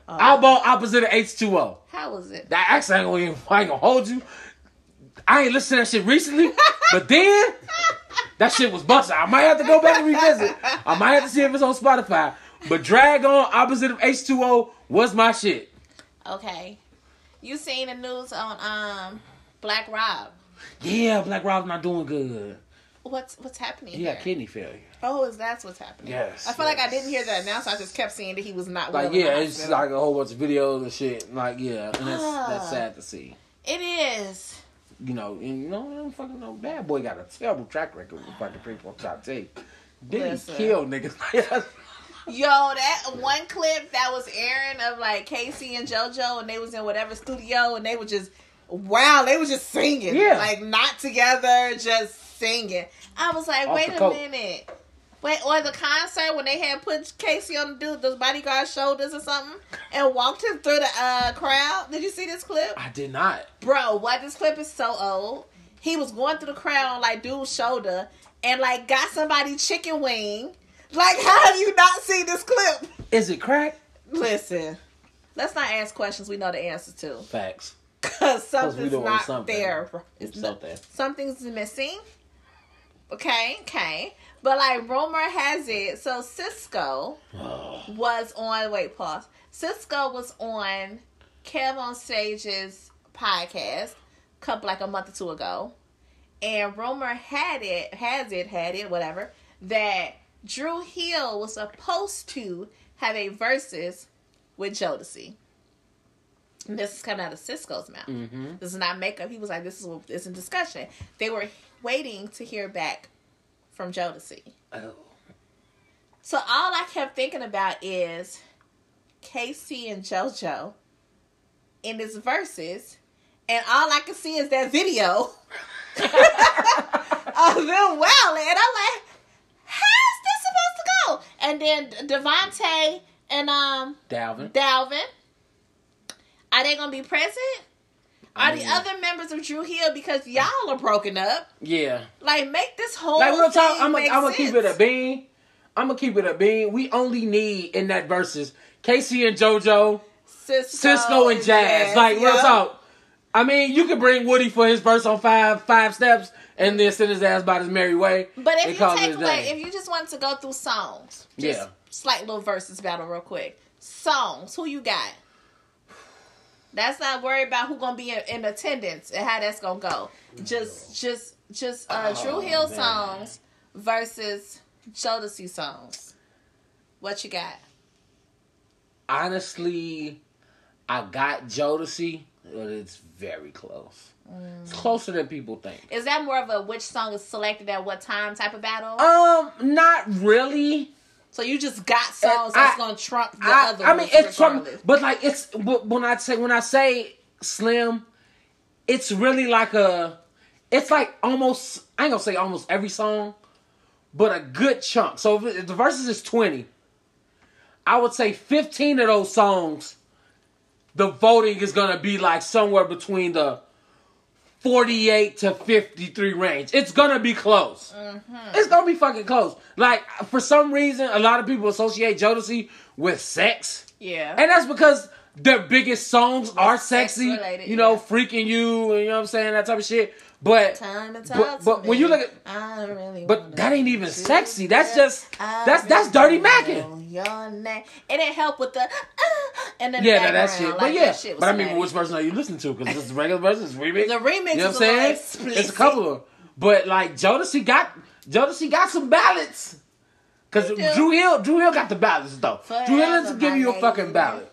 Speaker 5: I bought Opposite of H2O.
Speaker 7: how was it?
Speaker 5: That actually I ain't gonna, even, I ain't gonna hold you. I ain't listened to that shit recently, but then that shit was busted. I might have to go back and revisit. I might have to see if it's on Spotify. But Drag On Opposite of H2O was my shit.
Speaker 7: Okay. You seen the news on um Black Rob?
Speaker 5: Yeah, Black Rob's not doing good.
Speaker 7: What's what's happening?
Speaker 5: He got
Speaker 7: here?
Speaker 5: kidney failure.
Speaker 7: Oh, is that's what's happening?
Speaker 5: Yes,
Speaker 7: I feel like I
Speaker 5: yes.
Speaker 7: didn't hear the announcement. I just kept seeing that he was not.
Speaker 5: Like
Speaker 7: well in the
Speaker 5: yeah, it's just
Speaker 7: hospital.
Speaker 5: like a whole bunch of videos and shit. Like yeah, and that's that's
Speaker 7: Ah.
Speaker 5: sad to see.
Speaker 7: it is.
Speaker 5: You know, and you know, I don't fucking know. Bad boy got a terrible track record with fucking people. I'm trying to tell you. Then he
Speaker 7: Listen.
Speaker 5: kill niggas.
Speaker 7: Yo, that one clip that was airing of like Casey and JoJo, and they was in whatever studio, and they were just wow, they were just singing,
Speaker 5: Yeah.
Speaker 7: like not together, just singing. I was like,
Speaker 5: Off
Speaker 7: wait
Speaker 5: the
Speaker 7: a
Speaker 5: coat.
Speaker 7: minute, wait, or the concert when they had put Casey on the dude, those bodyguard's shoulders or something, and walked him through the uh, crowd. Did you see this clip?
Speaker 5: I did not.
Speaker 7: bro, what this clip is so old. He was going through the crowd on like dude's shoulder and like got somebody chicken wing. Like, how have you not seen this clip?
Speaker 5: Is it crack?
Speaker 7: Listen, let's not ask questions we know the answers to.
Speaker 5: Facts.
Speaker 7: Cause something's
Speaker 5: doing
Speaker 7: not
Speaker 5: something.
Speaker 7: there. bro.
Speaker 5: It's
Speaker 7: not-
Speaker 5: something.
Speaker 7: something's missing. Okay, okay. But like rumor has it, so Cisco was on. Wait, pause. Cisco was on Kev on Stage's podcast, couple like a month or two ago, and rumor had it, has it, had it, whatever, that Drew Hill was supposed to have a versus with Jodeci. And this is coming out of Cisco's mouth. This is not makeup. He was like, "This is what is in discussion." They were waiting to hear back from Jodeci.
Speaker 5: Oh.
Speaker 7: So all I kept thinking about is Casey and JoJo in his verses, and all I could see is that video of them wilding, and I'm like, "How's this supposed to go?" And then Devontae and um
Speaker 5: Dalvin.
Speaker 7: Dalvin, are they gonna be present? Are the
Speaker 5: Yeah.
Speaker 7: other members of Drew Hill because y'all are broken up?
Speaker 5: yeah.
Speaker 7: Like, make this whole
Speaker 5: Like real talk,
Speaker 7: thing
Speaker 5: I'm
Speaker 7: make
Speaker 5: gonna keep it a
Speaker 7: sense.
Speaker 5: bean. I'm gonna keep it a bean. We only need in that verses Casey and JoJo,
Speaker 7: Cisco,
Speaker 5: Cisco and Jazz. Like real
Speaker 7: yeah.
Speaker 5: talk. I mean, you could bring Woody for his verse on five five steps, and then send his ass by his merry way.
Speaker 7: But
Speaker 5: and
Speaker 7: if
Speaker 5: call
Speaker 7: you
Speaker 5: it
Speaker 7: take
Speaker 5: a
Speaker 7: away,
Speaker 5: day.
Speaker 7: if you just wanted to go through songs, just
Speaker 5: Yeah.
Speaker 7: slight little verses battle real quick. Songs, who you got? That's not worried about who gonna be in, in attendance and how that's gonna go. Just, just, just uh,
Speaker 5: Oh,
Speaker 7: Drew Hill songs versus Jodeci songs. What you got?
Speaker 5: honestly, I got Jodeci, but it's very close.
Speaker 7: Mm.
Speaker 5: It's closer than people think.
Speaker 7: Is that more of a which song is selected at what time type of battle?
Speaker 5: Um, not really.
Speaker 7: so you just got songs
Speaker 5: I-
Speaker 7: that's gonna trump the
Speaker 5: I,
Speaker 7: other.
Speaker 5: I mean,
Speaker 7: ones
Speaker 5: it's from,
Speaker 7: regardless.
Speaker 5: but like it's but when I say when I say slim, it's really like a, it's like almost I ain't gonna say almost every song, but a good chunk. So if, it- if the verses is twenty, I would say fifteen of those songs, the voting is gonna be like somewhere between the. 48 to 53 range. It's gonna be close. It's gonna be fucking close. Like for some reason, a lot of people associate Jodeci with sex,
Speaker 7: yeah.
Speaker 5: and that's because their biggest songs are
Speaker 7: sex
Speaker 5: sexy.
Speaker 7: related,
Speaker 5: you know,
Speaker 7: yeah.
Speaker 5: freaking you, and you know what I'm saying, that type of shit. But
Speaker 7: Time and
Speaker 5: But- but when you look at-
Speaker 7: I really wanna
Speaker 5: but that ain't even
Speaker 7: shoot
Speaker 5: sexy. That's just
Speaker 7: I
Speaker 5: that's that's dirty
Speaker 7: really
Speaker 5: macking.
Speaker 7: know Your name. It didn't help with the uh, and then
Speaker 5: Yeah,
Speaker 7: the
Speaker 5: no, that shit.
Speaker 7: background.
Speaker 5: but
Speaker 7: Like,
Speaker 5: yeah,
Speaker 7: that shit was
Speaker 5: but I mean,
Speaker 7: bad.
Speaker 5: which version are you listening to? Because it's the regular version, it's remix.
Speaker 7: The remix
Speaker 5: you know
Speaker 7: is
Speaker 5: what
Speaker 7: a
Speaker 5: I'm saying?
Speaker 7: little
Speaker 5: It's a couple of, 'em. but like Jodeci got Jodeci got some balance. Cause
Speaker 7: He do.
Speaker 5: Drew Hill, Drew Hill got the balance though. Drew Hill
Speaker 7: Forever,
Speaker 5: will give
Speaker 7: my
Speaker 5: you a
Speaker 7: lady.
Speaker 5: fucking ballot.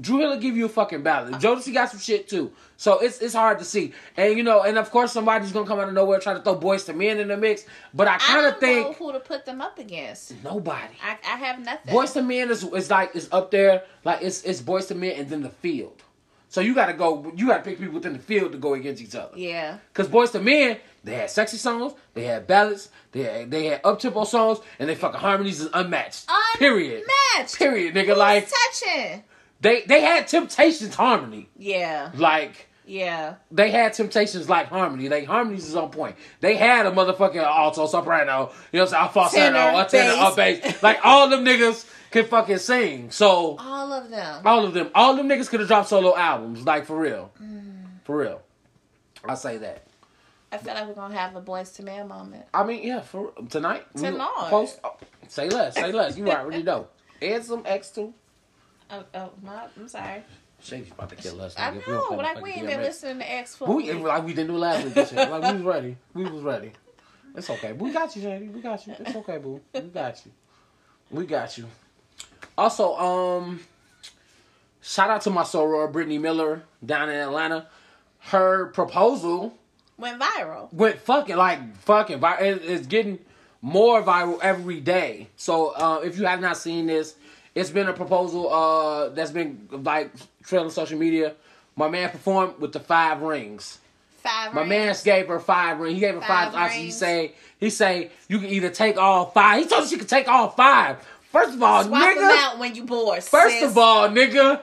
Speaker 5: Drew Hill will give you a fucking ballot. Jodeci got some shit too, so it's it's hard to see. And you know, and of course somebody's gonna come out of nowhere trying to throw boys to men in the mix. But I
Speaker 7: I
Speaker 5: kind
Speaker 7: don't
Speaker 5: of
Speaker 7: know
Speaker 5: think
Speaker 7: who to put them up against.
Speaker 5: nobody.
Speaker 7: I, I have nothing.
Speaker 5: Boys to Men is, is like is up there. Like it's it's Boys to Men and then the field. So you gotta go. You gotta pick people within the field to go against each other.
Speaker 7: yeah,
Speaker 5: Cause Boys to Men, they had sexy songs, they had ballads, they had, they had up tempo songs, and they fucking harmonies is unmatched. Period.
Speaker 7: Unmatched.
Speaker 5: Period, nigga.
Speaker 7: Who's
Speaker 5: Like
Speaker 7: touching.
Speaker 5: they they had Temptations harmony.
Speaker 7: Yeah,
Speaker 5: Like
Speaker 7: yeah.
Speaker 5: they had Temptations like harmony. Like harmonies is on point. They had a motherfucking alto soprano, you know, what I'm saying? a falsetto, a
Speaker 7: Tenor,
Speaker 5: tenor, a
Speaker 7: bass.
Speaker 5: bass. Like all them niggas can fucking sing. So
Speaker 7: All of them.
Speaker 5: all of them. All them niggas could have dropped solo albums, like for real.
Speaker 7: Mm.
Speaker 5: For real. I say that.
Speaker 7: I feel like we're gonna have a boys to man moment.
Speaker 5: I mean, yeah, for tonight. we
Speaker 7: Tonight.
Speaker 5: Post, oh, say less, say less. You already know. And some extra.
Speaker 7: Oh, oh my, I'm sorry.
Speaker 5: Shady's about to kill us.
Speaker 7: I
Speaker 5: nigga, if don't play
Speaker 7: know. Like
Speaker 5: no
Speaker 7: we
Speaker 5: fucking
Speaker 7: ain't been
Speaker 5: DMX.
Speaker 7: listening to X for. a
Speaker 5: We,
Speaker 7: week.
Speaker 5: it was like we didn't do last week. and shit. Like we was ready. We was ready. It's okay. We got you, Shady. We got you. It's okay, boo. We got you. We got you. Also, um, shout out to my soror, Brittany Miller, down in Atlanta. Her proposal
Speaker 7: went viral.
Speaker 5: went fucking like fucking viral. It's getting more viral every day. So uh, if you have not seen this, it's been a proposal uh, that's been like trailing social media. My man performed with the five rings.
Speaker 7: Five.
Speaker 5: My
Speaker 7: rings.
Speaker 5: man gave her five rings. He gave her five,
Speaker 7: Five
Speaker 5: options. He
Speaker 7: rings.
Speaker 5: say he say you can either take all five. He told her she could take all five. First of all,
Speaker 7: Swap
Speaker 5: "Oh, nigga.
Speaker 7: them out when you bored.
Speaker 5: First
Speaker 7: sis.
Speaker 5: of all, nigga,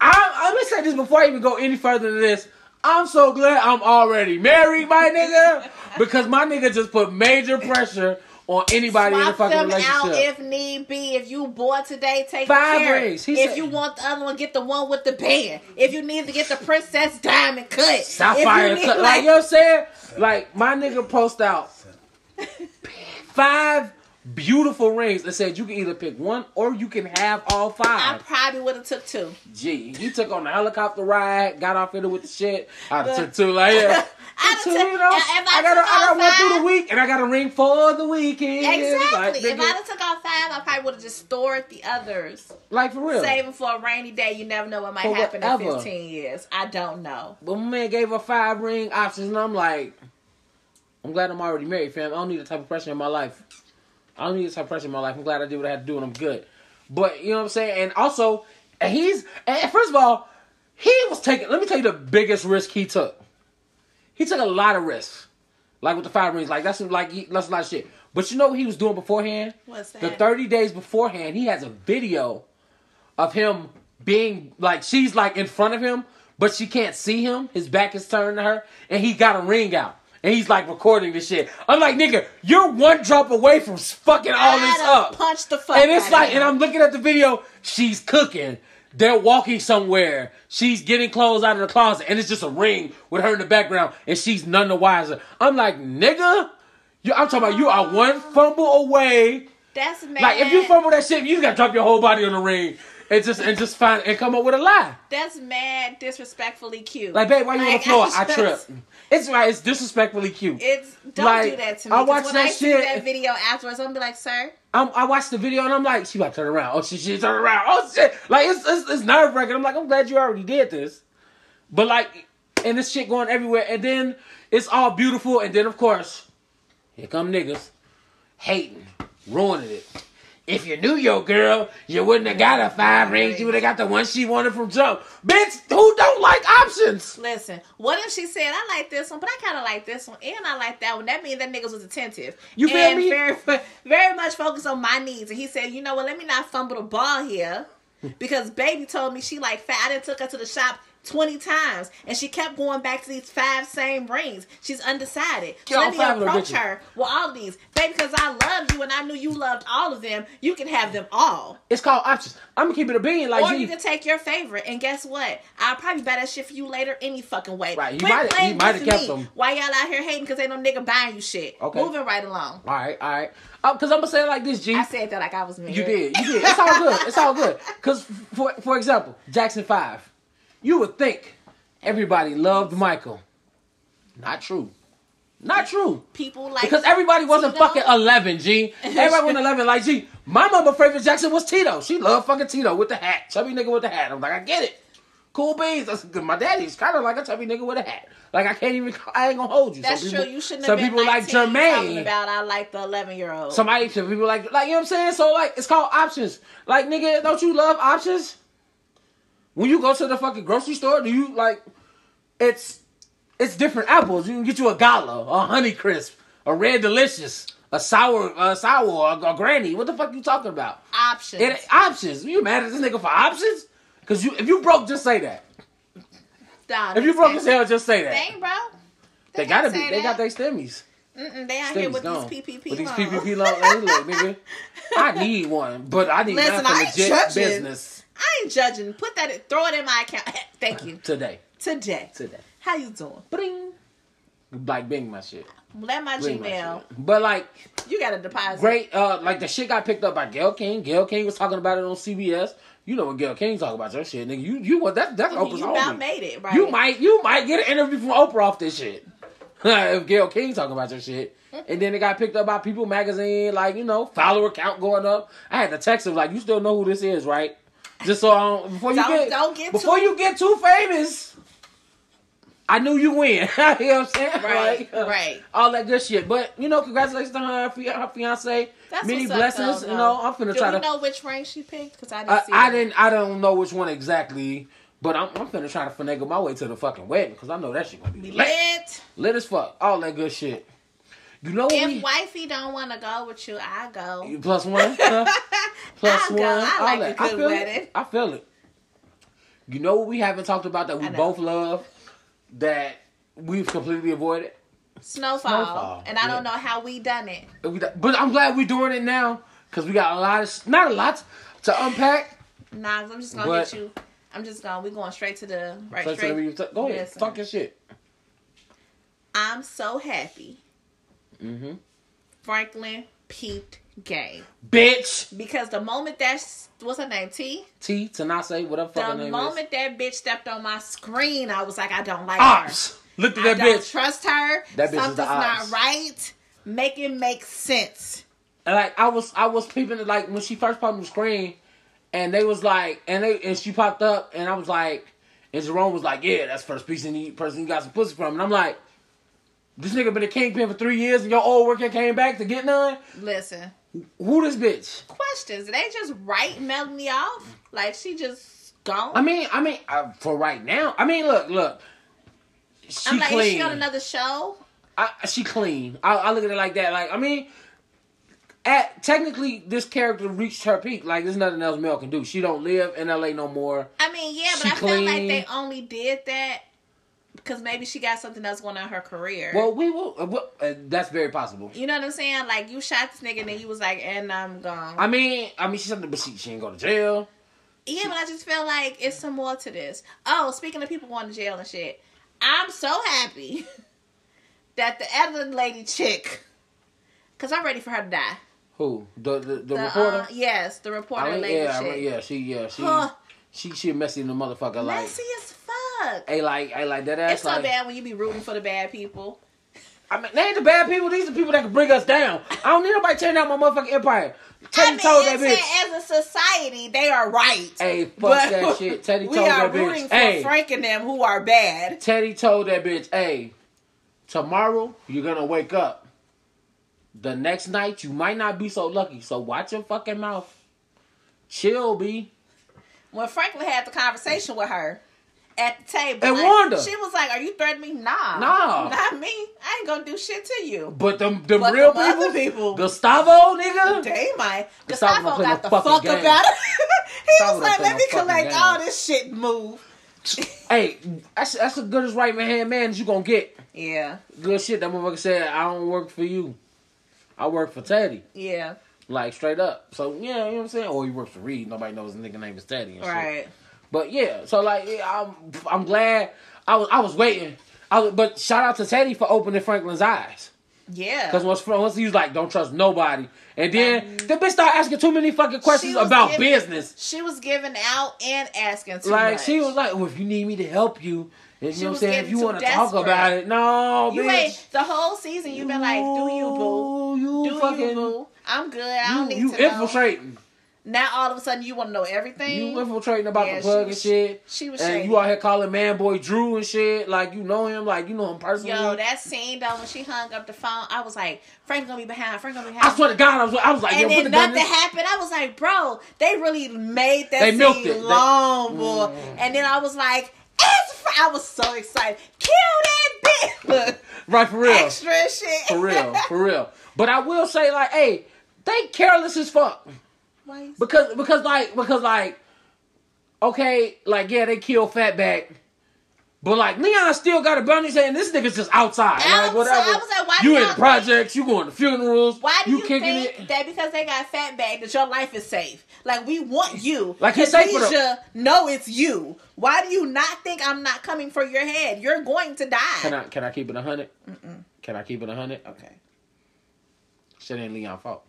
Speaker 5: I, I'm gonna say this before I even go any further than this. I'm so glad I'm already married, my nigga, because my nigga just put major pressure on anybody in a
Speaker 7: swap
Speaker 5: fucking
Speaker 7: them
Speaker 5: relationship.
Speaker 7: out if need be. If you bored today, take
Speaker 5: Five
Speaker 7: the carrot.
Speaker 5: rings. He
Speaker 7: if
Speaker 5: said-
Speaker 7: you want the other one, get the one with the band. If you need to get the princess diamond cut. If you
Speaker 5: Sapphire,
Speaker 7: need-
Speaker 5: cut- like, you know what I'm saying? Like my nigga post out Five beautiful rings that said you can either pick one or you can have all
Speaker 7: I
Speaker 5: five.
Speaker 7: probably would have took two.
Speaker 5: Gee, you took on the helicopter ride, got off in it with the shit. I done took two like yeah.
Speaker 7: I
Speaker 5: Took two,
Speaker 7: done took- uh,
Speaker 5: you know,
Speaker 7: if I
Speaker 5: I got a,
Speaker 7: took all
Speaker 5: I got one through
Speaker 7: five-
Speaker 5: the week and I got a ring for the weekend. Like,
Speaker 7: Exactly. if
Speaker 5: nigga,
Speaker 7: I'd have took all five, I probably would have just stored the others,
Speaker 5: like for real.
Speaker 7: saving for a rainy day. You never know what might
Speaker 5: For
Speaker 7: happen in
Speaker 5: whatever.
Speaker 7: fifteen years. I don't know.
Speaker 5: But my man gave her five ring options, and I'm like, I'm glad I'm already married, fam. I don't need the type of pressure in my life. I don't need the type of pressure in my life. I'm glad I did what I had to do, and I'm good. But you know what I'm saying? And also, and he's and first of all, he was taking. Let me tell you the biggest risk he took. He took a lot of risks, like with the five rings. Like that's like he, that's a lot of shit. But you know what he was doing beforehand?
Speaker 7: What's that?
Speaker 5: The thirty days beforehand, he has a video of him being like she's like in front of him, but she can't see him. His back is turned to her, and he got a ring out, and he's like recording this shit. I'm like, nigga, you're one drop away from fucking all
Speaker 7: I'd
Speaker 5: this
Speaker 7: have
Speaker 5: up.
Speaker 7: punched the fuck
Speaker 5: and it's
Speaker 7: out
Speaker 5: like,
Speaker 7: of
Speaker 5: and
Speaker 7: him.
Speaker 5: I'm looking at the video. She's cooking. They're walking somewhere. She's getting clothes out of the closet, and it's just a ring with her in the background, and she's none the wiser. I'm like, nigga, you, I'm talking about you are one fumble away
Speaker 7: That's mad.
Speaker 5: like if you fumble that shit, you just gotta drop your whole body on the ring and just and just find and come up with a lie.
Speaker 7: that's mad, disrespectfully cute.
Speaker 5: Like, babe, why you on the
Speaker 7: Like,
Speaker 5: floor? I
Speaker 7: I just-
Speaker 5: tripped. It's right. It's disrespectfully cute.
Speaker 7: It's don't
Speaker 5: Like,
Speaker 7: do that to me.
Speaker 5: I
Speaker 7: 'cause
Speaker 5: watched
Speaker 7: when
Speaker 5: that
Speaker 7: I see
Speaker 5: shit-
Speaker 7: that video afterwards. I'm gonna be like, sir,
Speaker 5: I'm, I watched the video and I'm like, she about to turn around. Oh shit, she turn around. Oh shit, like it's it's, it's nerve wracking. I'm like, I'm glad you already did this, but like, and this shit going everywhere. And then it's all beautiful. And then of course, here come niggas hating, ruining it. If you knew your girl, you wouldn't have got a five rings. You would have got the one she wanted from jump. Bitch, who don't like options?
Speaker 7: listen. What if she said I like this one, but I kind of like this one, and I like that one? That means that niggas was attentive.
Speaker 5: You feel
Speaker 7: and
Speaker 5: me?
Speaker 7: Very, very much focused on my needs. And he said, you know what? Let me not fumble the ball here, because baby told me she like fat. I didn't took her to the shop. 20 times and she kept going back to these five same rings. She's undecided. So
Speaker 5: Get all
Speaker 7: let me
Speaker 5: five of them,
Speaker 7: approach
Speaker 5: bitches.
Speaker 7: her with all of these. Baby, because I loved you and I knew you loved all of them, you can have them all.
Speaker 5: It's called options. I'm gonna keep it a bean. Like,
Speaker 7: Or
Speaker 5: gee,
Speaker 7: you can take your favorite, and guess what? I'll probably buy that shit for you later any fucking way.
Speaker 5: Right, you
Speaker 7: Quit
Speaker 5: might- you
Speaker 7: playing
Speaker 5: might have
Speaker 7: with
Speaker 5: kept
Speaker 7: me.
Speaker 5: them.
Speaker 7: Why y'all out here hating? Because ain't no nigga buying you shit.
Speaker 5: Okay.
Speaker 7: Moving right along.
Speaker 5: all right, all right. Because I'm gonna say it like this, G.
Speaker 7: I said that like I was married.
Speaker 5: You did. You did. It's all good. It's all good. Because, for for example, Jackson 5. You would think everybody loved Michael. Not true. Not true.
Speaker 7: People like
Speaker 5: Because everybody wasn't
Speaker 7: Tito.
Speaker 5: fucking 11, G. Everybody wasn't 11. Like, G, my mama favorite Jackson was Tito. She loved fucking Tito with the hat. Chubby nigga with the hat. I'm like, I get it. Cool beans. That's good. My daddy's kind of like a chubby nigga with a hat. Like, I can't even, I ain't gonna hold you.
Speaker 7: That's
Speaker 5: Some
Speaker 7: true.
Speaker 5: people-
Speaker 7: You shouldn't
Speaker 5: Some
Speaker 7: have been
Speaker 5: people like
Speaker 7: 19 talking
Speaker 5: Jermaine.
Speaker 7: about I like the eleven year old.
Speaker 5: Somebody, some people like, like you know what I'm saying. So like, it's called options. Like, nigga, don't you love options? When you go to the fucking grocery store, do you like? It's it's different apples. You can get you a gala, a honey crisp, a red delicious, a sour, a sour, a, a granny. What the fuck you talking about?
Speaker 7: Options.
Speaker 5: It ain't options. You mad at this nigga for options? Cause you, if you broke, just say that.
Speaker 7: Nah,
Speaker 5: If you
Speaker 7: they
Speaker 5: broke
Speaker 7: say-
Speaker 5: as hell, just say that.
Speaker 7: Dang, bro.
Speaker 5: They gotta
Speaker 7: can't
Speaker 5: be.
Speaker 7: say
Speaker 5: They got
Speaker 7: that.
Speaker 5: their stemmies.
Speaker 7: Mm-mm, they out here
Speaker 5: Stimmies
Speaker 7: with
Speaker 5: gone.
Speaker 7: these PPP
Speaker 5: With these
Speaker 7: loans.
Speaker 5: PPP loans. Hey, look, nigga, I need one, but I need
Speaker 7: Listen,
Speaker 5: one
Speaker 7: I
Speaker 5: for
Speaker 7: ain't
Speaker 5: legit
Speaker 7: judging.
Speaker 5: business
Speaker 7: I ain't judging. Put that. In, throw it in my account. Thank you.
Speaker 5: today.
Speaker 7: Today.
Speaker 5: Today.
Speaker 7: How you doing?
Speaker 5: Bling. Like Bing my shit.
Speaker 7: Let my
Speaker 5: Bing my
Speaker 7: Gmail.
Speaker 5: shit. But like
Speaker 7: You got a deposit.
Speaker 5: great uh like the shit got picked up by Gail King. Gail King was talking about it on CBS. You know what Gail King talk about your shit, nigga. You you want that that's Oprah's
Speaker 7: you
Speaker 5: only.
Speaker 7: about made it, right?
Speaker 5: You might you might get an interview from Oprah off this shit. if Gail King talking about your shit. And then it got picked up by People magazine, like, you know, follower count going up. I had to text him, like, you still know who this is, right? Just so I don't before you
Speaker 7: Don't-
Speaker 5: get,
Speaker 7: don't get
Speaker 5: before
Speaker 7: too-
Speaker 5: you get too famous. I knew you win. you know what I'm saying?
Speaker 7: Right,
Speaker 5: Like, uh,
Speaker 7: right.
Speaker 5: All that good shit. But you know, congratulations to her, fi- her fiance.
Speaker 7: That's
Speaker 5: Many
Speaker 7: what's up,
Speaker 5: blessings.
Speaker 7: though,
Speaker 5: you
Speaker 7: though.
Speaker 5: know, I'm finna
Speaker 7: Do
Speaker 5: try
Speaker 7: we
Speaker 5: to
Speaker 7: know which ring she picked? Because I didn't
Speaker 5: I,
Speaker 7: see.
Speaker 5: I
Speaker 7: it.
Speaker 5: didn't. I don't know which one exactly, but I'm, I'm finna try to finagle my way to the fucking wedding because I know that shit gonna be
Speaker 7: We
Speaker 5: lit.
Speaker 7: lit.
Speaker 5: Lit as fuck. All that good shit. You know what?
Speaker 7: If
Speaker 5: We,
Speaker 7: wifey don't want to go with you, I go.
Speaker 5: plus one. huh? Plus
Speaker 7: I'll
Speaker 5: one.
Speaker 7: go. I
Speaker 5: all
Speaker 7: like
Speaker 5: that.
Speaker 7: a
Speaker 5: I
Speaker 7: good
Speaker 5: feel
Speaker 7: wedding.
Speaker 5: it. I feel it. You know what we haven't talked about that we
Speaker 7: I know.
Speaker 5: both love that we've completely avoided.
Speaker 7: Snowfall.
Speaker 5: Snowfall,
Speaker 7: And I don't know
Speaker 5: yeah.
Speaker 7: how we done it.
Speaker 5: And we- But I'm glad we're doing it now because we got a lot of not a lot to unpack.
Speaker 7: Nah, I'm just gonna
Speaker 5: But-
Speaker 7: get you. I'm just gonna. We going straight to the right.
Speaker 5: So, so
Speaker 7: straight.
Speaker 5: we- go ahead,
Speaker 7: Listen.
Speaker 5: talk your shit. Mm-hmm.
Speaker 7: I'm so happy Franklin peeped gay
Speaker 5: Bitch.
Speaker 7: because the moment that's what's her name T.
Speaker 5: T, Tanase, whatever fucking
Speaker 7: the
Speaker 5: name
Speaker 7: moment that bitch stepped on my screen, I was like, I don't like
Speaker 5: is. Ops.
Speaker 7: her.
Speaker 5: Looked at
Speaker 7: I
Speaker 5: that
Speaker 7: don't
Speaker 5: bitch.
Speaker 7: trust her.
Speaker 5: That bitch is the
Speaker 7: Something's
Speaker 5: ops.
Speaker 7: not right. Make it make sense.
Speaker 5: And, like I was I was peeping it like when she first popped on the screen and they was like and they and she popped up and I was like and Jerome was like, Yeah, that's first piece and you person you got some pussy from and I'm like this nigga been a kingpin for three years and your old worker came back to get none?
Speaker 7: Listen,
Speaker 5: Who this bitch?
Speaker 7: questions. They just write Melanie off like she just gone.
Speaker 5: I mean, I mean, uh, for right now, I mean, look, look. She
Speaker 7: I'm like,
Speaker 5: clean.
Speaker 7: is she on another show?
Speaker 5: I, she clean. I, I look at it like that. Like I mean, at technically, this character reached her peak. Like there's nothing else Mel can do. She don't live in L.A. no more.
Speaker 7: I mean, yeah, but
Speaker 5: She
Speaker 7: I feel like
Speaker 5: clean.
Speaker 7: they only did that because maybe she got something else going on in her career.
Speaker 5: Well, we will. Uh, well, uh, that's very possible.
Speaker 7: you know what I'm saying? Like you shot this nigga and then you was like, and I'm gone.
Speaker 5: I mean, I mean, she's something, but she, she ain't go to jail.
Speaker 7: yeah, but I just feel like it's some more to this. Oh, speaking of people going to jail and shit, I'm so happy that the other lady chick, because I'm ready for her to die.
Speaker 5: Who the the, the,
Speaker 7: The,
Speaker 5: reporter?
Speaker 7: Uh, yes, the reporter
Speaker 5: I mean,
Speaker 7: lady
Speaker 5: yeah, I
Speaker 7: chick.
Speaker 5: mean, yeah, she, yeah, she,
Speaker 7: Huh.
Speaker 5: she, she a messy in the motherfucker. Like,
Speaker 7: Messy as fuck.
Speaker 5: hey, like, hey, like that ass.
Speaker 7: it's so
Speaker 5: like,
Speaker 7: bad when you be rooting for the bad people.
Speaker 5: I mean, they ain't the bad people. These are people that can bring us down. I don't need nobody tearing out my motherfucking empire.
Speaker 7: I
Speaker 5: Teddy
Speaker 7: mean,
Speaker 5: told that
Speaker 7: it's
Speaker 5: bitch.
Speaker 7: that as a society, they are right.
Speaker 5: Hey, fuck
Speaker 7: But
Speaker 5: that shit. Teddy
Speaker 7: we
Speaker 5: told
Speaker 7: are
Speaker 5: that
Speaker 7: rooting
Speaker 5: bitch.
Speaker 7: for
Speaker 5: Hey,
Speaker 7: Frank and them who are bad.
Speaker 5: Teddy told that bitch. Hey, tomorrow you're gonna wake up. The next night you might not be so lucky. So watch your fucking mouth. Chill, b.
Speaker 7: When Franklin had the conversation with her at the table,
Speaker 5: And
Speaker 7: like,
Speaker 5: Wanda.
Speaker 7: she was like, "Are you threatening me? Nah,
Speaker 5: Nah.
Speaker 7: not me. I ain't gonna do shit to you."
Speaker 5: But them, them
Speaker 7: But
Speaker 5: real
Speaker 7: them other
Speaker 5: people,
Speaker 7: people-
Speaker 5: Gustavo, nigga.
Speaker 7: They might.
Speaker 5: Gustavo
Speaker 7: Gustavo
Speaker 5: gonna
Speaker 7: got
Speaker 5: play
Speaker 7: the
Speaker 5: no fucking
Speaker 7: fuck
Speaker 5: game.
Speaker 7: about it. he
Speaker 5: Gustavo
Speaker 7: was
Speaker 5: don't
Speaker 7: like,
Speaker 5: play
Speaker 7: "Let
Speaker 5: no
Speaker 7: me
Speaker 5: fucking
Speaker 7: collect
Speaker 5: game.
Speaker 7: all this shit, and move."
Speaker 5: Hey, that's that's the goodest right hand man that you gonna get.
Speaker 7: Yeah,
Speaker 5: Good shit. That motherfucker said, "I don't work for you. I work for Teddy."
Speaker 7: yeah,
Speaker 5: Like straight up. So yeah, you know what I'm saying? Or he works for Reed. Nobody knows his nigga name is Teddy. And Shit.
Speaker 7: right.
Speaker 5: But yeah, so like yeah, I'm I'm glad I was I was waiting. I was, but shout out to Teddy for opening Franklin's eyes. Cause
Speaker 7: Yeah,
Speaker 5: once, once he was like, don't trust nobody, and then the bitch started asking too many fucking questions about
Speaker 7: Um, giving-
Speaker 5: business.
Speaker 7: She was giving out and asking too
Speaker 5: Like
Speaker 7: much.
Speaker 5: she was like, well, if you need me to help you, and you know what I'm
Speaker 7: was
Speaker 5: saying,
Speaker 7: getting
Speaker 5: if you
Speaker 7: too
Speaker 5: want to talk about
Speaker 7: desperate.
Speaker 5: it, no,
Speaker 7: You
Speaker 5: bitch.
Speaker 7: ain't the whole season. You've been like, "Do you boo?
Speaker 5: Ooh, You
Speaker 7: Do you
Speaker 5: fucking
Speaker 7: boo? I'm good. I don't
Speaker 5: you,
Speaker 7: need
Speaker 5: you
Speaker 7: to know."
Speaker 5: infiltrating.
Speaker 7: Now all of a sudden you want to know everything.
Speaker 5: You infiltrating about
Speaker 7: Yeah,
Speaker 5: the
Speaker 7: she
Speaker 5: plug and
Speaker 7: was-
Speaker 5: shit.
Speaker 7: she was
Speaker 5: and
Speaker 7: shady.
Speaker 5: you out here calling man boy Drew and shit. Like you know him, like you know him personally.
Speaker 7: Yo, that scene though when she hung up the phone, I was like, "Frank gonna be behind. Frank gonna be behind."
Speaker 5: I swear to God, I was, I was like,
Speaker 7: and
Speaker 5: yo, put
Speaker 7: then
Speaker 5: the gun in
Speaker 7: nothing
Speaker 5: this-
Speaker 7: happened. I was like, "Bro, they really made that
Speaker 5: They
Speaker 7: scene
Speaker 5: milked it. They- Mm.
Speaker 7: long, boy." And then I was like, "It's." Fra-" I was so excited. Kill that bitch. Look,
Speaker 5: Right for real,
Speaker 7: extra shit.
Speaker 5: for real, for real. But I will say, like, hey, they careless as fuck
Speaker 7: Why you-
Speaker 5: because because like because like, okay, like yeah, they kill Fatback. But like Leon still got a bounty saying this nigga's just outside, like
Speaker 7: Outside.
Speaker 5: whatever.
Speaker 7: I was like, why do
Speaker 5: you in
Speaker 7: y'all
Speaker 5: projects, you going to funerals,
Speaker 7: Why do you,
Speaker 5: kicking
Speaker 7: think
Speaker 5: it.
Speaker 7: that because they got fat back that your life is safe? Like we want you.
Speaker 5: Like, it's safe for the-
Speaker 7: Khadijah, No, it's you. Why do you not think I'm not coming for your head? You're going to die.
Speaker 5: Can I can I keep it a hundred? Can I keep it a hundred?
Speaker 7: okay.
Speaker 5: Shit ain't Leon fault.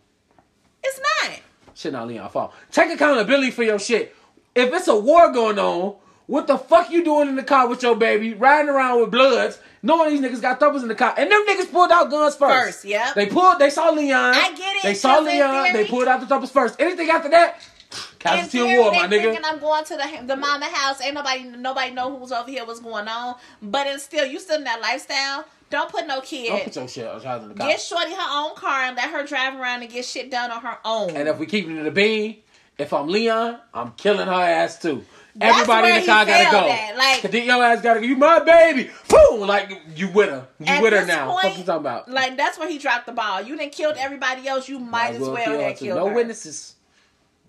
Speaker 7: It's not.
Speaker 5: Shit not Leon fault. Take accountability for your shit. If it's a war going on, what the fuck you doing in the car with your baby, riding around with bloods, knowing these niggas got thumpers in the car, and them niggas pulled out guns first.
Speaker 7: First, yep.
Speaker 5: They pulled. They saw Leon.
Speaker 7: I get it,
Speaker 5: They saw
Speaker 7: 'cause in
Speaker 5: Leon.
Speaker 7: theory-
Speaker 5: They pulled out the thumpers first. Anything after that,
Speaker 7: And
Speaker 5: casualty of war, my nigga.
Speaker 7: thinking I'm going to the the mama house. Ain't nobody nobody know who's over here, what's going on. But it's still, you still in that lifestyle. Don't put no
Speaker 5: Don't put
Speaker 7: kid.
Speaker 5: your shit outside of the car.
Speaker 7: Get Shorty her own car and let her drive around and get shit done on her own.
Speaker 5: and if we keep it in the bean, if I'm Leon, I'm killing her ass too.
Speaker 7: That's
Speaker 5: Everybody
Speaker 7: where
Speaker 5: in the
Speaker 7: he
Speaker 5: car gotta
Speaker 7: failed
Speaker 5: go.
Speaker 7: at, like-
Speaker 5: Cause then your ass gotta go. You my baby. Boom! Like you with her. You
Speaker 7: At
Speaker 5: with her
Speaker 7: this
Speaker 5: now. what
Speaker 7: point,
Speaker 5: you talking about?
Speaker 7: Like that's where he dropped the ball. You didn't killed everybody else. You might as well
Speaker 5: kill her
Speaker 7: have
Speaker 5: too.
Speaker 7: killed
Speaker 5: No
Speaker 7: her.
Speaker 5: witnesses.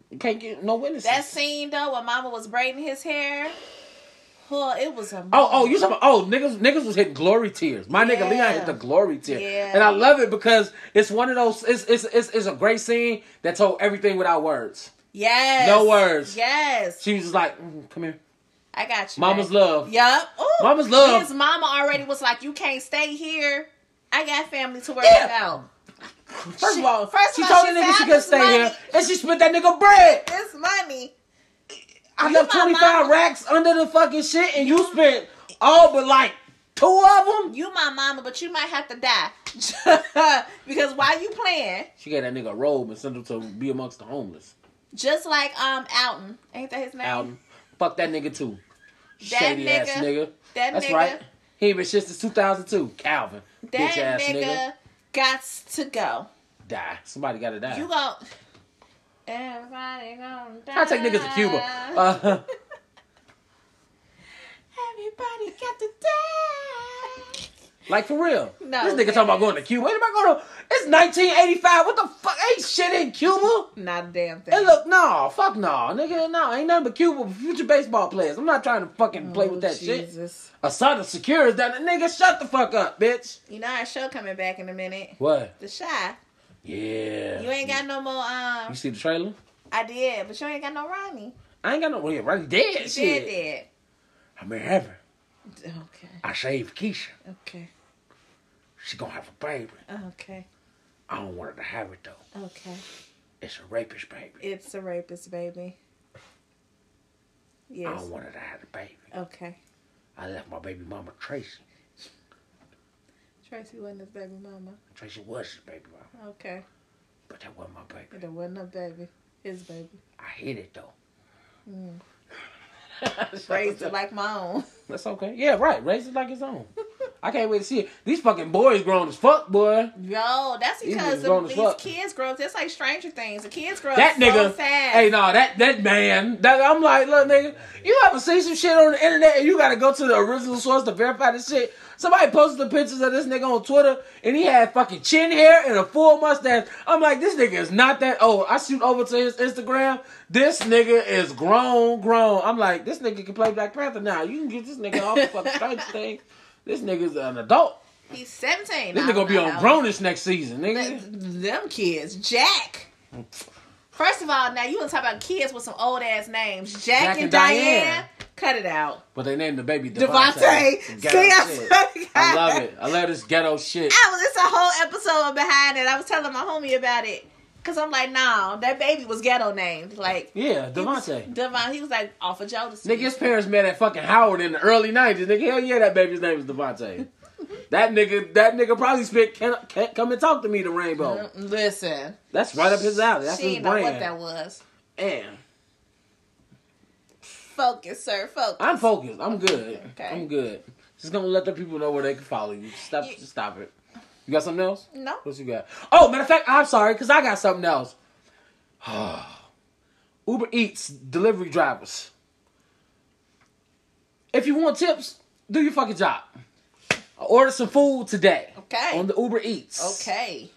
Speaker 5: You can't get no witnesses.
Speaker 7: That scene though, when Mama was braiding his hair, huh, it was a
Speaker 5: Oh, oh, you talking? About, oh, niggas, niggas was hitting glory tears. My nigga
Speaker 7: Yeah.
Speaker 5: Leon hit the glory tear,
Speaker 7: Yeah.
Speaker 5: and I love it because it's one of those. It's it's it's, it's a great scene that told everything without words.
Speaker 7: yes,
Speaker 5: No words.
Speaker 7: Yes,
Speaker 5: She was just like, mm, "Come here,
Speaker 7: I got you.
Speaker 5: Mama's love."
Speaker 7: Yup. Ooh.
Speaker 5: Mama's love.
Speaker 7: His mama already was like, "You can't stay here. I got family to worry
Speaker 5: Yeah.
Speaker 7: about."
Speaker 5: First of all,
Speaker 7: first
Speaker 5: she
Speaker 7: of all,
Speaker 5: told
Speaker 7: she
Speaker 5: the nigga
Speaker 7: said,
Speaker 5: she
Speaker 7: "I
Speaker 5: could stay
Speaker 7: just
Speaker 5: here,
Speaker 7: money."
Speaker 5: and she spent that nigga bread.
Speaker 7: This money.
Speaker 5: I
Speaker 7: You
Speaker 5: left
Speaker 7: my
Speaker 5: twenty five
Speaker 7: mama.
Speaker 5: racks under the fucking shit, and you spent all but like two of them.
Speaker 7: You my mama, but you might have to die. because why you playing?
Speaker 5: She gave that nigga a robe and sent him to be amongst the homeless.
Speaker 7: Just like um Alton. Ain't that his name?
Speaker 5: Album, fuck that nigga too.
Speaker 7: That
Speaker 5: Shady ass
Speaker 7: nigga-
Speaker 5: nigga.
Speaker 7: That
Speaker 5: That's
Speaker 7: nigga
Speaker 5: right. He ain't been shit since two thousand two. Calvin,
Speaker 7: that
Speaker 5: bitch ass nigga.
Speaker 7: nigga, got to go.
Speaker 5: die. Somebody gotta die.
Speaker 7: You go Everybody gonna die.
Speaker 5: I take niggas to Cuba. Uh,
Speaker 7: Everybody got to die.
Speaker 5: Like for real.
Speaker 7: No,
Speaker 5: this nigga talking about going to Cuba. Ain't nobody going to it's nineteen eighty five. What the fuck? Ain't shit in Cuba.
Speaker 7: Not a damn thing.
Speaker 5: And look, no, fuck no, nigga, no, ain't nothing but Cuba for future baseball players. I'm not trying to fucking play with that shit.
Speaker 7: Oh, Jesus.
Speaker 5: A son of secure is that nigga, shut the fuck up, bitch.
Speaker 7: You know our show coming back in a minute.
Speaker 5: What?
Speaker 7: The shy.
Speaker 5: Yeah.
Speaker 7: You ain't got no more
Speaker 5: You
Speaker 7: um
Speaker 5: see the trailer?
Speaker 7: I did, but you ain't got no Ronnie.
Speaker 5: I ain't got no well, yeah, right dead shit.
Speaker 7: You said that.
Speaker 5: I'm in heaven.
Speaker 7: Okay.
Speaker 5: I saved Keisha.
Speaker 7: Okay.
Speaker 5: She gonna have a baby.
Speaker 7: Okay.
Speaker 5: I don't want her to have it though.
Speaker 7: Okay.
Speaker 5: It's a rapist baby.
Speaker 7: It's a rapist, baby.
Speaker 5: I
Speaker 7: Yes.
Speaker 5: don't want her to have a baby.
Speaker 7: Okay.
Speaker 5: I left my baby mama Tracy.
Speaker 7: Tracy wasn't his baby mama.
Speaker 5: Tracy was his baby mama,
Speaker 7: Okay.
Speaker 5: but that wasn't my baby.
Speaker 7: It wasn't a baby. His baby.
Speaker 5: I hid it though.
Speaker 7: Mm. Raised it like my own.
Speaker 5: That's okay. Yeah, right. Raised it like his own. I can't wait to see it. These fucking boys grown as fuck, boy.
Speaker 7: Yo, that's
Speaker 5: These
Speaker 7: because
Speaker 5: niggas
Speaker 7: the,
Speaker 5: grown as
Speaker 7: these
Speaker 5: fuck.
Speaker 7: kids grow up. That's like Stranger Things. The kids grow up
Speaker 5: That nigga.
Speaker 7: so fast.
Speaker 5: Hey, no, that that man. That I'm like, look, nigga, you ever see some shit on the internet and you gotta go to the original source to verify the shit? Somebody posted the pictures of this nigga on Twitter and he had fucking chin hair and a full mustache. I'm like, this nigga is not that old. I shoot over to his Instagram. This nigga is grown, grown. I'm like, this nigga can play Black Panther now. You can get this nigga off the fucking strange thing. This nigga's an adult.
Speaker 7: He's 17.
Speaker 5: This
Speaker 7: I
Speaker 5: nigga
Speaker 7: don't
Speaker 5: gonna be
Speaker 7: know
Speaker 5: on
Speaker 7: how-
Speaker 5: Grownish next season,
Speaker 7: Th-
Speaker 5: nigga.
Speaker 7: Them kids. Jack. First of all, now you want to talk about kids with some old ass names. Jack,
Speaker 5: Jack
Speaker 7: and,
Speaker 5: and
Speaker 7: Diane.
Speaker 5: Diane.
Speaker 7: Cut it out.
Speaker 5: But they named the baby Devontae.
Speaker 7: Devontae. See,
Speaker 5: Ghetto
Speaker 7: I
Speaker 5: shit.
Speaker 7: swear to
Speaker 5: I
Speaker 7: God.
Speaker 5: love it. I love this ghetto shit.
Speaker 7: I was, it's a whole episode behind it. I was telling my homie about it. Cause I'm like, nah, that baby was ghetto named. Like
Speaker 5: Yeah,
Speaker 7: he was-
Speaker 5: Devontae.
Speaker 7: Devon, he was like off of Jodeci.
Speaker 5: Nigga, his parents met at fucking Howard in the early nineties. Nigga, hell yeah, that baby's name is Devontae. that nigga, that nigga probably spit can, can come and talk to me the rainbow.
Speaker 7: Mm, Listen,
Speaker 5: That's right up his alley. That's his
Speaker 7: she didn't know what that
Speaker 5: brand.
Speaker 7: was.
Speaker 5: And
Speaker 7: Focus, sir. Focus.
Speaker 5: I'm focused. I'm good.
Speaker 7: Okay.
Speaker 5: I'm good. Just gonna let the people know where they can follow you. Stop.
Speaker 7: You-
Speaker 5: stop it. You got something else?
Speaker 7: no.
Speaker 5: What you got? Oh, matter of fact, I'm sorry, because I got something else. Uber Eats delivery drivers. If you want tips, do your fucking job. I ordered some food today.
Speaker 7: Okay.
Speaker 5: On the Uber Eats.
Speaker 7: Okay.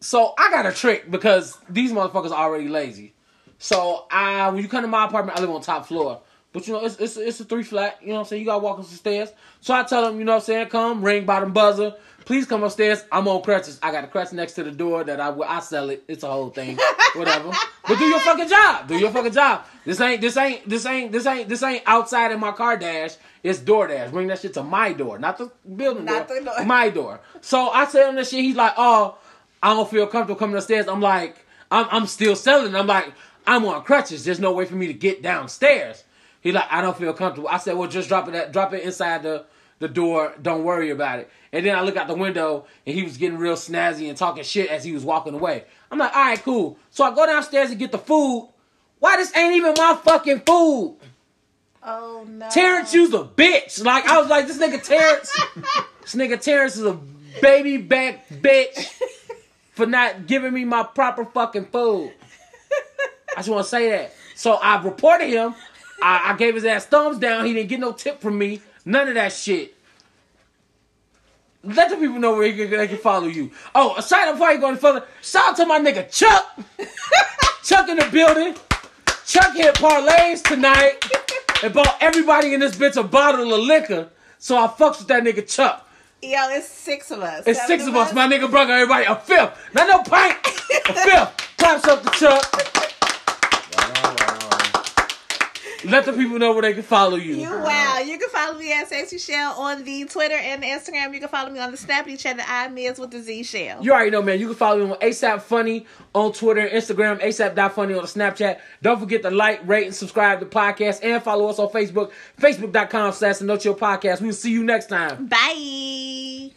Speaker 5: So I got a trick because these motherfuckers are already lazy. So I, when you come to my apartment, I live on top floor. But you know, it's it's, it's a three flat. You know what I'm saying? You gotta walk up some stairs. So I tell them, you know what I'm saying? Come, ring bottom buzzer. Please come upstairs. I'm on crutches. I got a crutch next to the door that I will. I sell it. It's a whole thing. Whatever. but do your fucking job. Do your fucking job. This ain't this ain't this ain't this ain't this ain't outside in my car dash. It's DoorDash. Bring that shit to my door, not the building
Speaker 7: Not
Speaker 5: door.
Speaker 7: the door.
Speaker 5: My door. So I tell him this shit. He's like, oh. I don't feel comfortable coming upstairs. I'm like, I'm, I'm still selling. I'm like, I'm on crutches. There's no way for me to get downstairs. He like, I don't feel comfortable. I said, well, just drop it. At, drop it inside the the door. Don't worry about it. And then I look out the window, and he was getting real snazzy and talking shit as he was walking away. I'm like, all right, cool. So I go downstairs and get the food. Why this ain't even my fucking food?
Speaker 7: Oh no.
Speaker 5: Terrence, you's a bitch. Like I was like, this nigga Terrence, this nigga Terrence is a baby back bitch for not giving me my proper fucking food. I just want to say that. So I reported him. I, I gave his ass thumbs down. He didn't get no tip from me. None of that shit. Let the people know where he can, they can follow you. Oh, aside before you go any further, shout out to my nigga Chuck. Chuck in the building. Chuck hit parlays tonight and bought everybody in this bitch a bottle of liquor. So I fucks with that nigga Chuck.
Speaker 7: Yo, it's six of us.
Speaker 5: It's
Speaker 7: Seven
Speaker 5: six of us. My nigga brung everybody a fifth. Not no pint. A fifth. Claps up to Chuck. Let the people know where they can follow you.
Speaker 7: You wow. You can follow me at Sexy Shell on the Twitter and the Instagram. You can follow me on the Snapchat at I Miz with the Z Shell.
Speaker 5: You already know, man. You can follow me on ASAP Funny on Twitter and Instagram, ASAP.funny on the Snapchat. Don't forget to like, rate, and subscribe to the podcast and follow us on Facebook, Facebook.com slash the Know Chill Podcast. We'll see you next time.
Speaker 7: Bye.